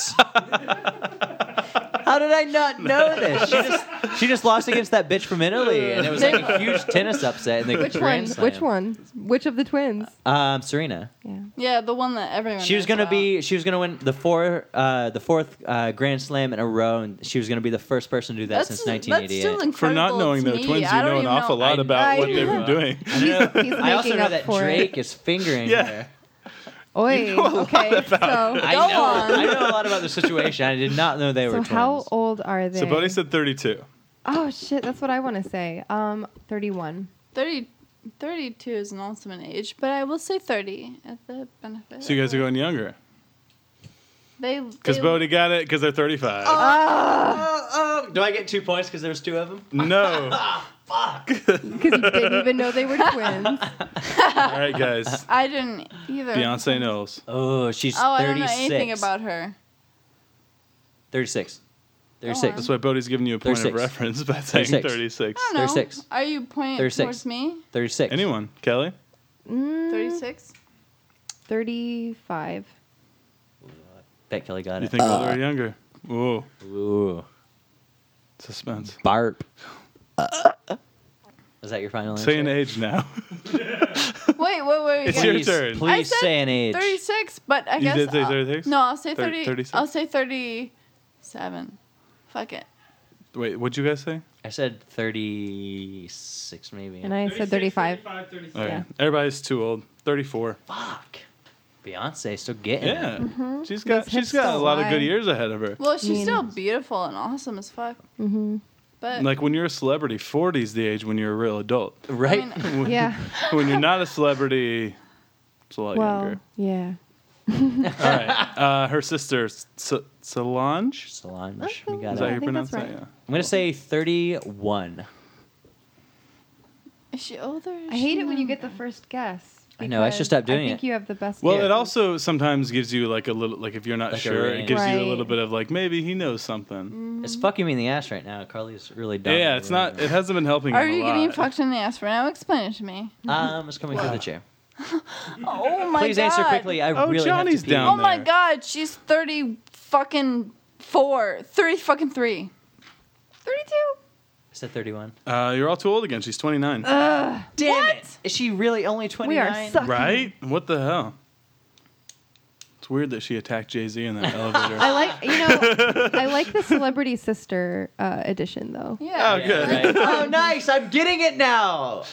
S3: How did I not know this? She just, she just lost against that bitch from Italy, and it was like a huge tennis upset in the
S2: Which one?
S3: Grand Slam.
S2: Which one? Which of the twins?
S3: Um, Serena.
S2: Yeah.
S1: Yeah, the one that everyone.
S3: She was
S1: knows
S3: gonna
S1: about.
S3: be. She was gonna win the four, uh, the fourth uh, Grand Slam in a row, and she was gonna be the first person to do that
S1: That's,
S3: since
S1: that's
S3: 1988.
S1: still incredible.
S4: For not knowing
S1: to
S4: they're
S1: me.
S4: twins, you
S1: I don't
S4: know an
S1: even
S4: awful lot
S3: I
S4: about
S2: know.
S4: what they've <laughs> been doing.
S3: I know.
S2: He's
S3: I also
S2: making
S3: know
S2: up
S3: that
S2: for it.
S3: Drake is fingering
S4: Yeah.
S3: her.
S2: Oi. okay.
S3: I
S1: Go
S3: know.
S1: on.
S3: I know a lot about the situation. I did not know they
S2: So, so
S3: were twins.
S2: how old are they?
S4: So Bodie said 32.
S2: oh shit, that's what I want to say. Um, 31.
S1: 30, 32 is an ultimate age, but I will say 30 at the benefit.
S4: So you guys are going younger.
S1: They
S4: Because
S1: they-
S4: Bodie got it because they're 35.
S3: Oh, Do I get two points because there's two of them?
S4: <laughs> No.
S2: Because you didn't even know they
S3: <laughs>
S2: were twins.
S4: All right, guys.
S1: I didn't either.
S4: Beyonce knows.
S3: Oh, she's
S1: Oh, I
S3: 36.
S1: don't know anything about her.
S3: 36. 36.
S1: Oh,
S4: That's why Bodie's giving you a point of
S3: 36.
S4: reference by saying
S3: 36.
S4: 36.
S1: I don't know.
S3: 36.
S1: Are you pointing
S3: 36.
S1: towards me?
S3: 36.
S4: Anyone? Kelly?
S2: Mm,
S4: <laughs>
S1: Thirty-six.
S2: 35.
S3: Bet Kelly got
S4: You
S3: it.
S4: think older or younger? Ooh,
S3: Ooh.
S4: suspense.
S3: Barp. Is that your final answer?
S4: Say an age now. <laughs>
S1: Wait, wait, wait. wait
S4: It's
S1: guys.
S4: your
S3: Please,
S4: turn.
S1: I
S3: Please
S1: said
S3: say an age.
S1: Thirty-six, but I
S4: You
S1: guess.
S4: did say
S1: I'll-
S4: 36?
S1: no, I'll say
S4: Thir-
S1: thirty.
S4: 36?
S1: I'll say thirty-seven. Fuck it.
S4: Wait, what'd you guys say?
S3: I said 36 maybe.
S2: And I said 35.
S4: All right.
S2: Yeah.
S4: Everybody's too old. 34.
S3: Fuck. Beyonce still getting it.
S4: Yeah. She's got
S2: Those
S4: she's
S2: Mm-hmm. hips
S4: got a
S2: don't
S4: lot of
S2: lie.
S4: good years ahead of her.
S1: Well, she's
S2: Mean.
S1: still beautiful and awesome as fuck.
S2: Mm-hmm.
S1: But
S4: Like when you're a celebrity, 40 is the age when you're a real adult. <laughs>
S3: Right?
S1: mean,
S3: <laughs>
S4: When,
S2: Yeah.
S4: when you're not a celebrity, it's a lot
S2: Well,
S4: younger.
S2: yeah.
S4: All right. Uh, her sister, S- S- Solange? Is
S3: Solange. We
S2: I
S4: that
S3: got
S4: how
S3: it.
S4: you
S2: think
S4: pronounce
S2: that's
S4: that?
S2: right.
S4: Yeah.
S3: I'm going to say 31.
S1: is she older? Is
S2: I
S1: she
S2: hate it when you get
S1: younger?
S2: the first guess.
S3: I know, I should
S2: because
S3: stop doing
S2: I think
S3: it.
S2: you have the best
S4: Well,
S2: guess.
S4: it also sometimes gives you like a little, like if you're not
S3: Like a
S4: sure,
S3: range.
S4: it gives you a little
S2: Right. Mm.
S4: bit of like maybe he knows something.
S3: It's
S1: Mm-hmm.
S3: fucking me in the ass right now. Carly's really dumb.
S4: Yeah, it's not. It hasn't been helping.
S1: Are
S4: him a
S1: you getting
S4: lot.
S1: fucked in the ass right now? Explain it to me.
S3: Um, it's coming through the chair.
S1: Oh my
S3: Please
S1: god.
S3: answer quickly. I
S4: Oh,
S3: really
S4: Johnny's
S3: have to pee.
S4: down.
S1: Oh my
S4: there.
S1: god, she's thirty fucking four. Thirty fucking three. Thirty-two.
S3: I said 31.
S4: Uh, you're all too old again. She's 29.
S3: Damn it! Is she really only 29?
S2: we are
S4: <laughs>
S2: sucking.
S4: right? What the hell? It's weird that she attacked Jay Z in
S2: <laughs>
S4: that
S2: I
S4: elevator.
S2: like you know I like
S4: <laughs>
S2: the celebrity sister uh, edition though.
S1: Yeah.
S4: Oh, good.
S1: <laughs>
S3: Right. <laughs> oh, nice! I'm getting it now.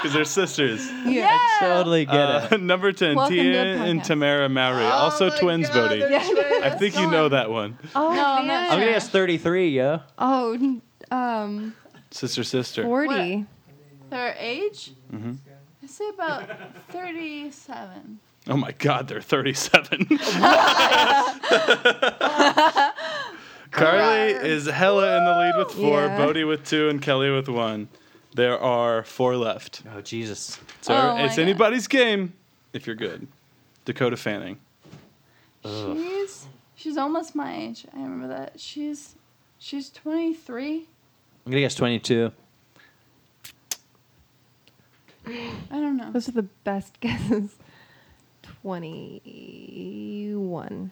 S4: Because they're sisters.
S1: Yeah.
S3: Totally get
S4: Uh, <laughs>
S3: it.
S4: number 10,
S1: Welcome to the
S4: Tia and
S1: podcast.
S4: Tamara Mowry. <laughs>
S3: Oh
S4: also twins, Bodhi. I think you know that one.
S2: Oh
S1: No, I'm not
S2: man.
S3: <laughs> I'm gonna
S1: sure.
S3: guess 33, yo.
S2: Oh, n- um,
S4: Sister, sister.
S2: forty.
S1: Their age?
S4: Mm-hmm.
S1: I say about thirty-seven.
S4: Oh my God,
S1: <laughs>
S4: they're 37. <laughs> Carly is hella in the lead with four,
S2: Yeah.
S4: Bodhi with two, and Kelly with one. There are four left.
S3: Oh Jesus!
S4: So
S1: Oh my
S4: it's
S1: God.
S4: anybody's game if you're good. Dakota Fanning.
S1: She's she's almost my age. I remember that. She's she's twenty-three.
S3: I'm gonna guess 22.
S1: I don't know.
S2: Those are the best <laughs> guesses. Twenty-one.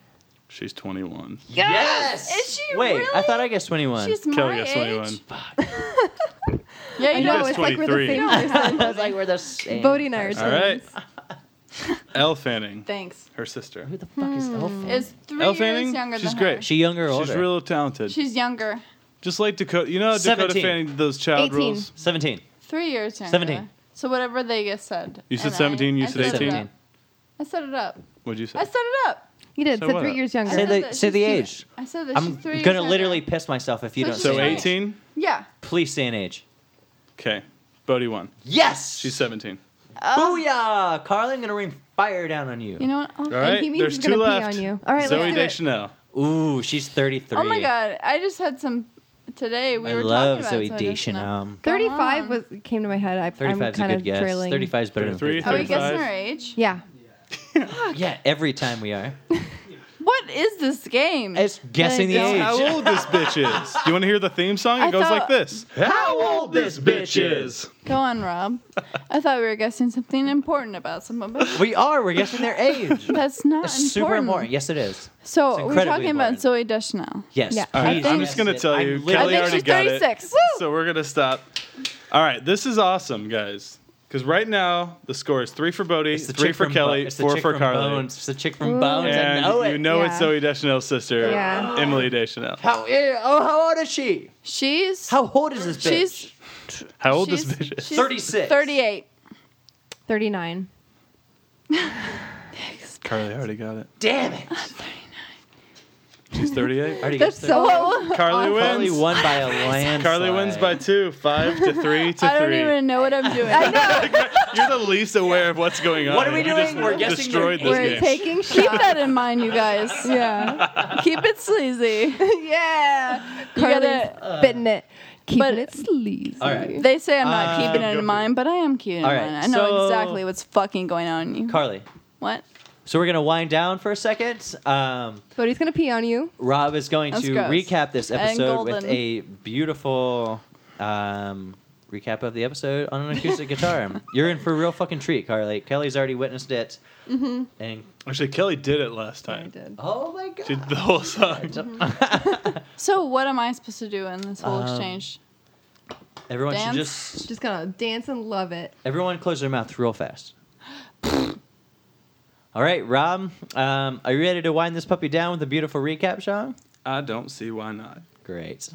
S4: She's 21.
S3: Yes.
S1: Is she
S3: Wait, I
S1: really?
S3: thought I guessed 21.
S1: She's
S4: Kelly
S1: my
S4: got
S1: age.
S4: 21.
S1: Yeah, you
S2: I know
S1: know.
S4: guessed
S2: it's like we're the
S4: 23.
S2: same <laughs> person.
S3: <laughs> I was like, we're the same.
S2: Bodie and I are twins.
S4: All right. Elle Fanning,
S1: <laughs> Thanks.
S4: her sister.
S3: Who the fuck is Elf?
S1: Hmm. Is three
S4: Elle
S1: years
S4: Fanning?
S1: younger
S4: She's
S1: than
S4: great.
S1: her.
S3: She younger or older?
S4: She's real talented.
S1: She's younger.
S4: Just like Dakota. You know how Dakota
S3: 17.
S4: Fanning did those child
S2: 18.
S4: rules?
S3: 17.
S1: Three years younger.
S3: 17.
S1: So whatever they just said.
S4: You said
S1: And I-
S4: 17, you
S1: I
S4: said
S1: set it
S4: 18.
S1: up. I set it up.
S4: What'd you say?
S1: I set it up.
S2: You did.
S4: So
S2: So,
S4: what?
S2: three years younger.
S3: Say
S1: said
S3: the
S1: that
S3: say
S1: she's
S3: the
S1: cute.
S3: age.
S1: I said that
S3: I'm
S1: she's three
S3: gonna
S1: years
S3: literally
S1: younger.
S3: piss myself if you
S1: So
S3: don't
S1: she's
S4: so
S3: say.
S1: right.
S3: Age.
S4: 18?
S1: Yeah.
S3: Please say an age.
S4: Okay. Bodhi won.
S3: Yes.
S4: She's 17.
S1: Oh.
S3: Booyah, Carly! I'm gonna rain fire down on you.
S1: You know what? Oh,
S4: All right.
S2: he means
S4: There's
S2: he's
S4: two
S2: gonna pee
S4: left.
S2: on you. All right,
S4: Zoe
S2: let's do it.
S4: Deschanel.
S3: Ooh, she's 33.
S1: oh my god. I just had some today. We
S3: I
S1: were
S3: love
S1: talking
S3: Zoe
S1: about Deschanel.
S3: Deschanel.
S2: Thirty-five
S1: on.
S2: was came to my head. I, I'm
S3: 35 is a
S2: kind
S3: good
S2: of
S3: guess.
S2: trailing.
S3: 35 is better
S4: 33,
S3: than
S1: Are we
S3: 33.
S4: 35.
S1: guessing her age?
S2: Yeah.
S3: Yeah, every time
S1: <laughs>
S3: we are.
S1: What is this game?
S3: It's guessing the
S1: That's
S3: age.
S4: How old this bitch is. You want to hear the theme song? It
S1: I
S4: goes
S1: thought-
S4: like this. How old this bitch is.
S1: Go on, Rob. I thought we were guessing something important about someone, but
S3: <laughs> We are. We're guessing their age.
S1: that's not
S3: That's
S1: important.
S3: super important. Yes, it is.
S1: So
S3: It's
S1: we're
S3: incredibly
S1: talking about
S3: important.
S1: Zoe Deschanel.
S3: Yes.
S2: Yeah.
S4: All right,
S1: I
S4: I'm
S1: think-
S4: just gonna tell
S3: I'm
S4: you.
S3: literally-
S4: Kelly
S1: I think
S4: already
S1: she's
S4: got
S1: 36.
S4: it,
S1: Woo!
S4: so we're gonna stop. All right, this is awesome, guys. Because right now the score is three for Bodie,
S3: It's the
S4: three
S3: chick
S4: for
S3: from
S4: Kelly,
S3: Bo- it's the
S4: four
S3: chick
S4: for
S3: from
S4: Carly.
S3: Bones. It's the chick from
S2: Ooh.
S3: Bones.
S4: And
S3: I know it.
S4: you know it's
S2: Yeah.
S4: Zoe Deschanel's sister,
S2: Yeah.
S4: Emily Deschanel.
S3: How, eh, oh, how old is she?
S1: She's
S3: How old is this bitch?
S1: she's
S4: How old
S1: she's,
S4: this bitch is?
S1: she's
S3: 36.
S1: 38.
S2: Thirty-nine.
S4: Carly already got it.
S1: <laughs>
S3: Damn it.
S4: <laughs> She's
S3: <laughs>
S4: 38.
S3: Already
S2: That's
S3: guessed their-
S2: so.
S4: Carly wins.
S3: Oh, Carly won by a landslide.
S4: Carly wins by two, five to
S3: <laughs>
S4: three to
S1: I don't
S4: three.
S1: even know what I'm doing. I know.
S4: <laughs> You're the least aware of what's going on.
S3: What are we
S4: You
S3: doing?
S4: just
S3: We're guessing
S4: destroyed
S3: their
S4: this
S2: <laughs> We're
S4: game.
S1: <laughs>
S2: taking
S1: Keep
S2: shots.
S1: that in mind, you guys.
S2: yeah.
S1: Keep it sleazy.
S2: <laughs> yeah.
S1: You
S2: Carly's
S1: gotta-
S2: bitten it. Keeping
S1: but-
S2: it sleazy.
S3: All right.
S1: They say I'm not
S3: Um,
S1: keeping it
S4: go for
S1: in mind, but I am keeping it
S3: All
S1: in
S3: right,
S1: mind. I know
S3: so-
S1: exactly what's fucking going on. in You.
S3: Carly.
S1: what?
S3: So we're gonna wind down for a second. Um,
S2: But he's gonna pee on you.
S3: Rob is going
S1: That's
S3: to
S1: gross.
S3: recap this
S1: And
S3: episode with
S1: golden.
S3: a beautiful um, recap of the episode on an
S1: <laughs>
S3: acoustic guitar. You're in for a real fucking treat, Carly. Kelly's already witnessed it.
S1: Mm-hmm.
S3: And
S4: Actually, Kelly did it last time.
S2: did.
S3: oh my god.
S4: She did the whole song.
S1: So what am I supposed to do in this whole
S3: Um,
S1: exchange?
S3: <laughs> Everyone
S1: Dance?
S3: should just
S2: Just gonna dance and love it.
S3: everyone close their mouth real fast. All right, Rob, um, are you ready to wind this puppy down with a beautiful recap song?
S4: I don't see why not.
S3: Great.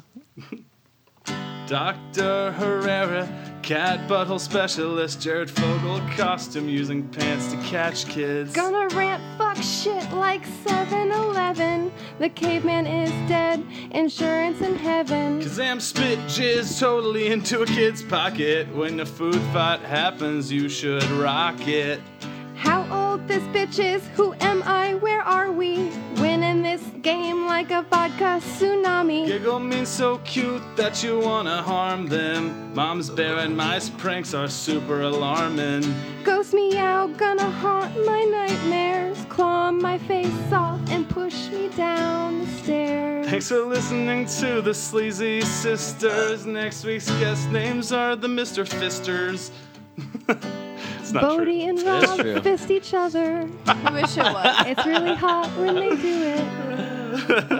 S4: Dr. Herrera, cat butthole specialist, Jared Fogle, costume using pants to catch kids.
S2: Gonna rant fuck shit like 7 Eleven. The caveman is dead, insurance in heaven.
S4: Kazam spit jizz totally into a kid's pocket. When the food fight happens, you should rock it.
S2: How old this bitch is? Who am I? Where are we? Winning this game like a vodka tsunami.
S4: Giggle means so cute that you wanna harm them. Mom's bear and mice pranks are super alarming.
S2: Ghost meow, gonna haunt my nightmares. Claw my face off and push me down the stairs.
S4: Thanks for listening to the Sleazy Sisters. Next week's guest names are the Mr. Fisters. <laughs> it's not
S2: Bodie and Rob
S3: true.
S2: fist each other.
S1: I wish it was.
S2: It's really hot when they do it.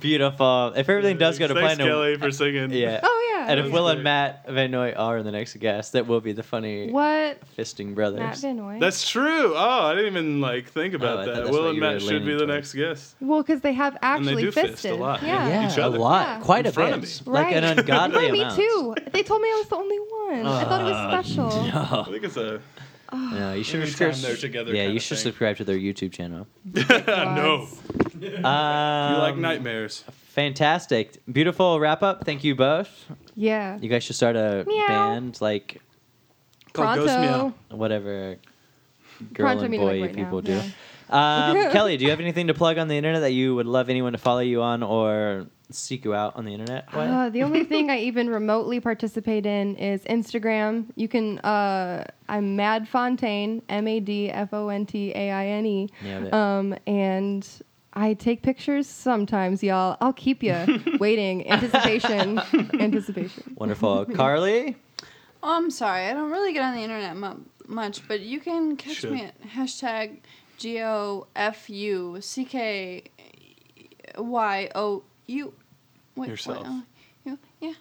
S3: Beautiful. If everything does go to
S4: Thanks,
S3: plan, it-
S4: Kelly, for singing.
S3: yeah.
S1: <laughs>
S2: Oh, yeah.
S3: And if Will and
S4: great.
S3: Matt Van Noy are the next guest, that will be the funny
S2: What?
S3: fisting
S2: Matt
S3: brothers.
S2: Vinoy.
S4: That's true. Oh, I didn't even like think
S3: Oh, I
S4: about
S3: thought
S4: that.
S3: that's
S4: Will
S3: what
S4: and
S3: you were
S4: Matt should be
S3: leaning
S4: the
S3: towards.
S4: next guest.
S2: Well, because they have
S4: they
S2: actually
S4: do fist a
S2: fisted.
S4: lot,
S2: Yeah.
S4: yeah. Each
S3: a
S4: other.
S3: lot,
S2: Yeah.
S3: quite
S4: In
S3: a
S4: front
S3: bit,
S4: of me.
S3: like
S2: <laughs>
S3: an
S2: Right.
S3: ungodly
S2: Yeah, me
S3: amount. <laughs>
S2: too. They told me I was the only one. I thought it
S4: Uh,
S2: was special.
S3: Oh,
S4: a
S3: no, you should
S4: Anytime
S3: subscribe.
S4: they're together
S3: yeah,
S4: kinda
S3: you should
S4: thing.
S3: subscribe to their YouTube channel.
S4: no.
S3: Um,
S4: <laughs> You like nightmares.
S3: Fantastic, beautiful wrap up. Thank you both.
S2: Yeah.
S3: You guys should start a
S2: Meow.
S3: band, like
S4: Called Ghost Meow.
S2: Pronto.
S3: whatever girl
S2: Pronto
S3: and
S2: meaning, like,
S3: boy
S2: right now.
S3: people do.
S2: Yeah. <laughs>
S3: Um, Kelly, do you have anything to plug on the internet that you would love anyone to follow you on or seek you out on the internet? What?
S2: Uh, the only thing I even remotely participate in is Instagram. You can, uh, I'm Mad Fontaine, M A D F O N T A I N E.
S3: Nailed it.
S2: Um, and I take pictures sometimes, y'all. I'll keep
S4: <laughs>
S2: you waiting. Anticipation. Anticipation.
S3: Wonderful, Carly.
S1: Oh, I'm sorry. I don't really get on the internet mu- much, but you can catch
S4: Should.
S1: me at hashtag G O F U C K Y O U. Wait, what?
S4: Yourself.
S1: Uh, you- Yeah.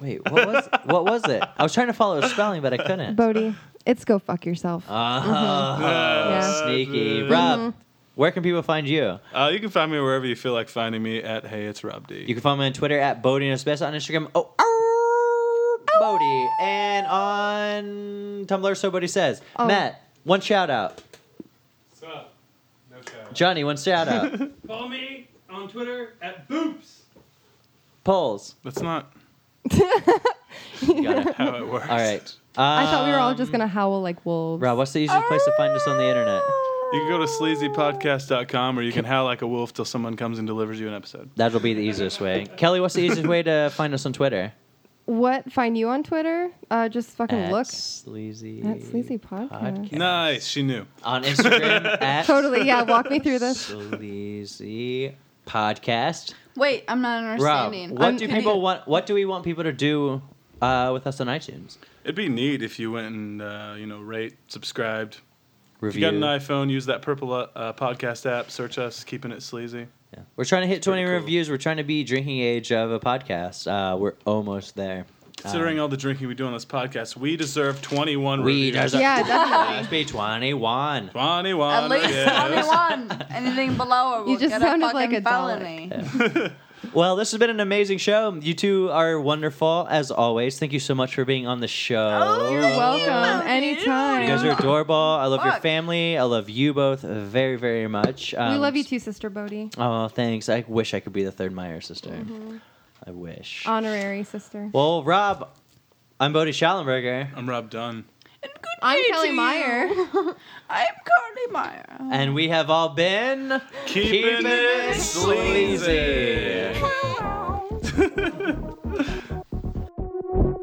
S3: Wait, what was what was it? I was trying to follow a spelling, but I couldn't.
S2: Bodie, it's go fuck yourself.
S3: Ah,
S4: Mm-hmm. Yeah.
S3: sneaky.
S4: Mhm.
S3: Rob, where can people find you?
S4: Uh, you can find me wherever you feel like finding me at Hey It's Rob D.
S3: You can follow me on Twitter at Bodie and Espresso on Instagram. Oh, ow, Bodie. And on Tumblr, so Bodie says.
S2: Oh.
S3: Matt, one shout out.
S6: What's up? No shout.
S3: Johnny, one shout
S2: <laughs>
S3: out.
S6: Follow me on Twitter at Boops.
S3: Polls.
S4: That's not
S3: You got it.
S4: how it works.
S3: All right.
S2: I thought we were all just
S3: Um,
S2: going to howl like wolves.
S3: Rob, what's the easiest place to find us on the internet?
S4: You can go to sleazypodcast.com or you can howl like a wolf till someone comes and delivers you an episode.
S3: That'll be the easiest way. Kelly, what's the easiest way to find us on Twitter?
S2: What find you on Twitter? Uh, just fucking
S3: At
S2: look.
S3: Sleazy.
S2: At Sleazy Podcast.
S4: Nice. She knew.
S3: On
S2: <laughs>
S3: Instagram at
S2: Totally. Yeah. Walk me through
S3: <laughs>
S2: this.
S3: Sleazy Podcast.
S1: Wait, I'm not
S3: Rob,
S1: understanding.
S3: what
S1: I'm
S3: do
S1: confused.
S3: people want? What do we want people to do uh, with us on iTunes?
S4: It'd be neat if you went and, uh, you know, rate, subscribed. If
S3: Review.
S4: you got an iPhone, use that purple uh, uh, podcast app. Search us, keeping it sleazy.
S3: Yeah. We're trying to hit 20
S4: Pretty cool.
S3: reviews. We're trying to be drinking age of a podcast. Uh, we're almost there.
S4: Considering
S3: Um,
S4: all the drinking we do on this podcast, we deserve 21
S3: we
S4: reviews.
S3: deserve <laughs>
S2: Yeah, definitely.
S3: must be 21.
S4: 21.
S1: At least
S4: yes.
S1: only one. Anything below, or we'll
S2: just
S1: get a
S2: sounded like
S1: fucking
S2: a Dalek.
S1: felony.
S3: Well, this has been an amazing show. You two are wonderful as always. Thank you so much for being on the show.
S2: Oh, You're welcome. Anytime.
S3: Oh, You guys are adorable. I love your
S1: Fuck.
S3: family. I love you both very, very much.
S2: we
S3: Um,
S2: love you too, Sister Bodie.
S3: Oh, thanks. I wish I could be the third Meyer sister.
S2: Mm-hmm.
S3: I wish.
S2: Honorary sister.
S3: well, Rob, I'm Bodie Schallenberger,
S4: I'm Rob Dunn.
S2: I'm
S1: day to
S2: Kelly
S1: you.
S2: Meyer.
S1: I'm Carly Meyer.
S3: and we have all been
S4: Keeping it sleazy.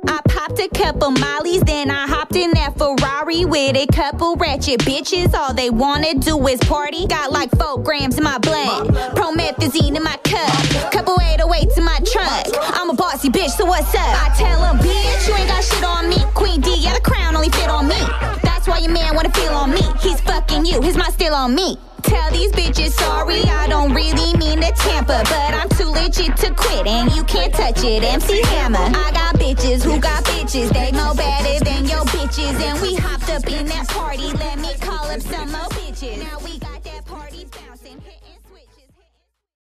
S7: I popped a couple mollies, then I hopped in that Ferrari with a couple ratchet bitches. All they wanna do is party. Got like four grams in my blood, promethazine in my cup, couple 808s in my trunk. I'm a bossy bitch, so what's up? I tell a bitch, you ain't got shit on me. Queen D, yeah, the crown only fit on me. That's why your man wanna feel on me. He's fucking you, his mind still on me. Tell these bitches sorry, I don't really mean to tamper, but I'm too legit to quit, and you can't touch it. MC Hammer. I got bitches who got bitches, they know better than your bitches, and we hopped up in that party. Let me call up some more bitches. Now we.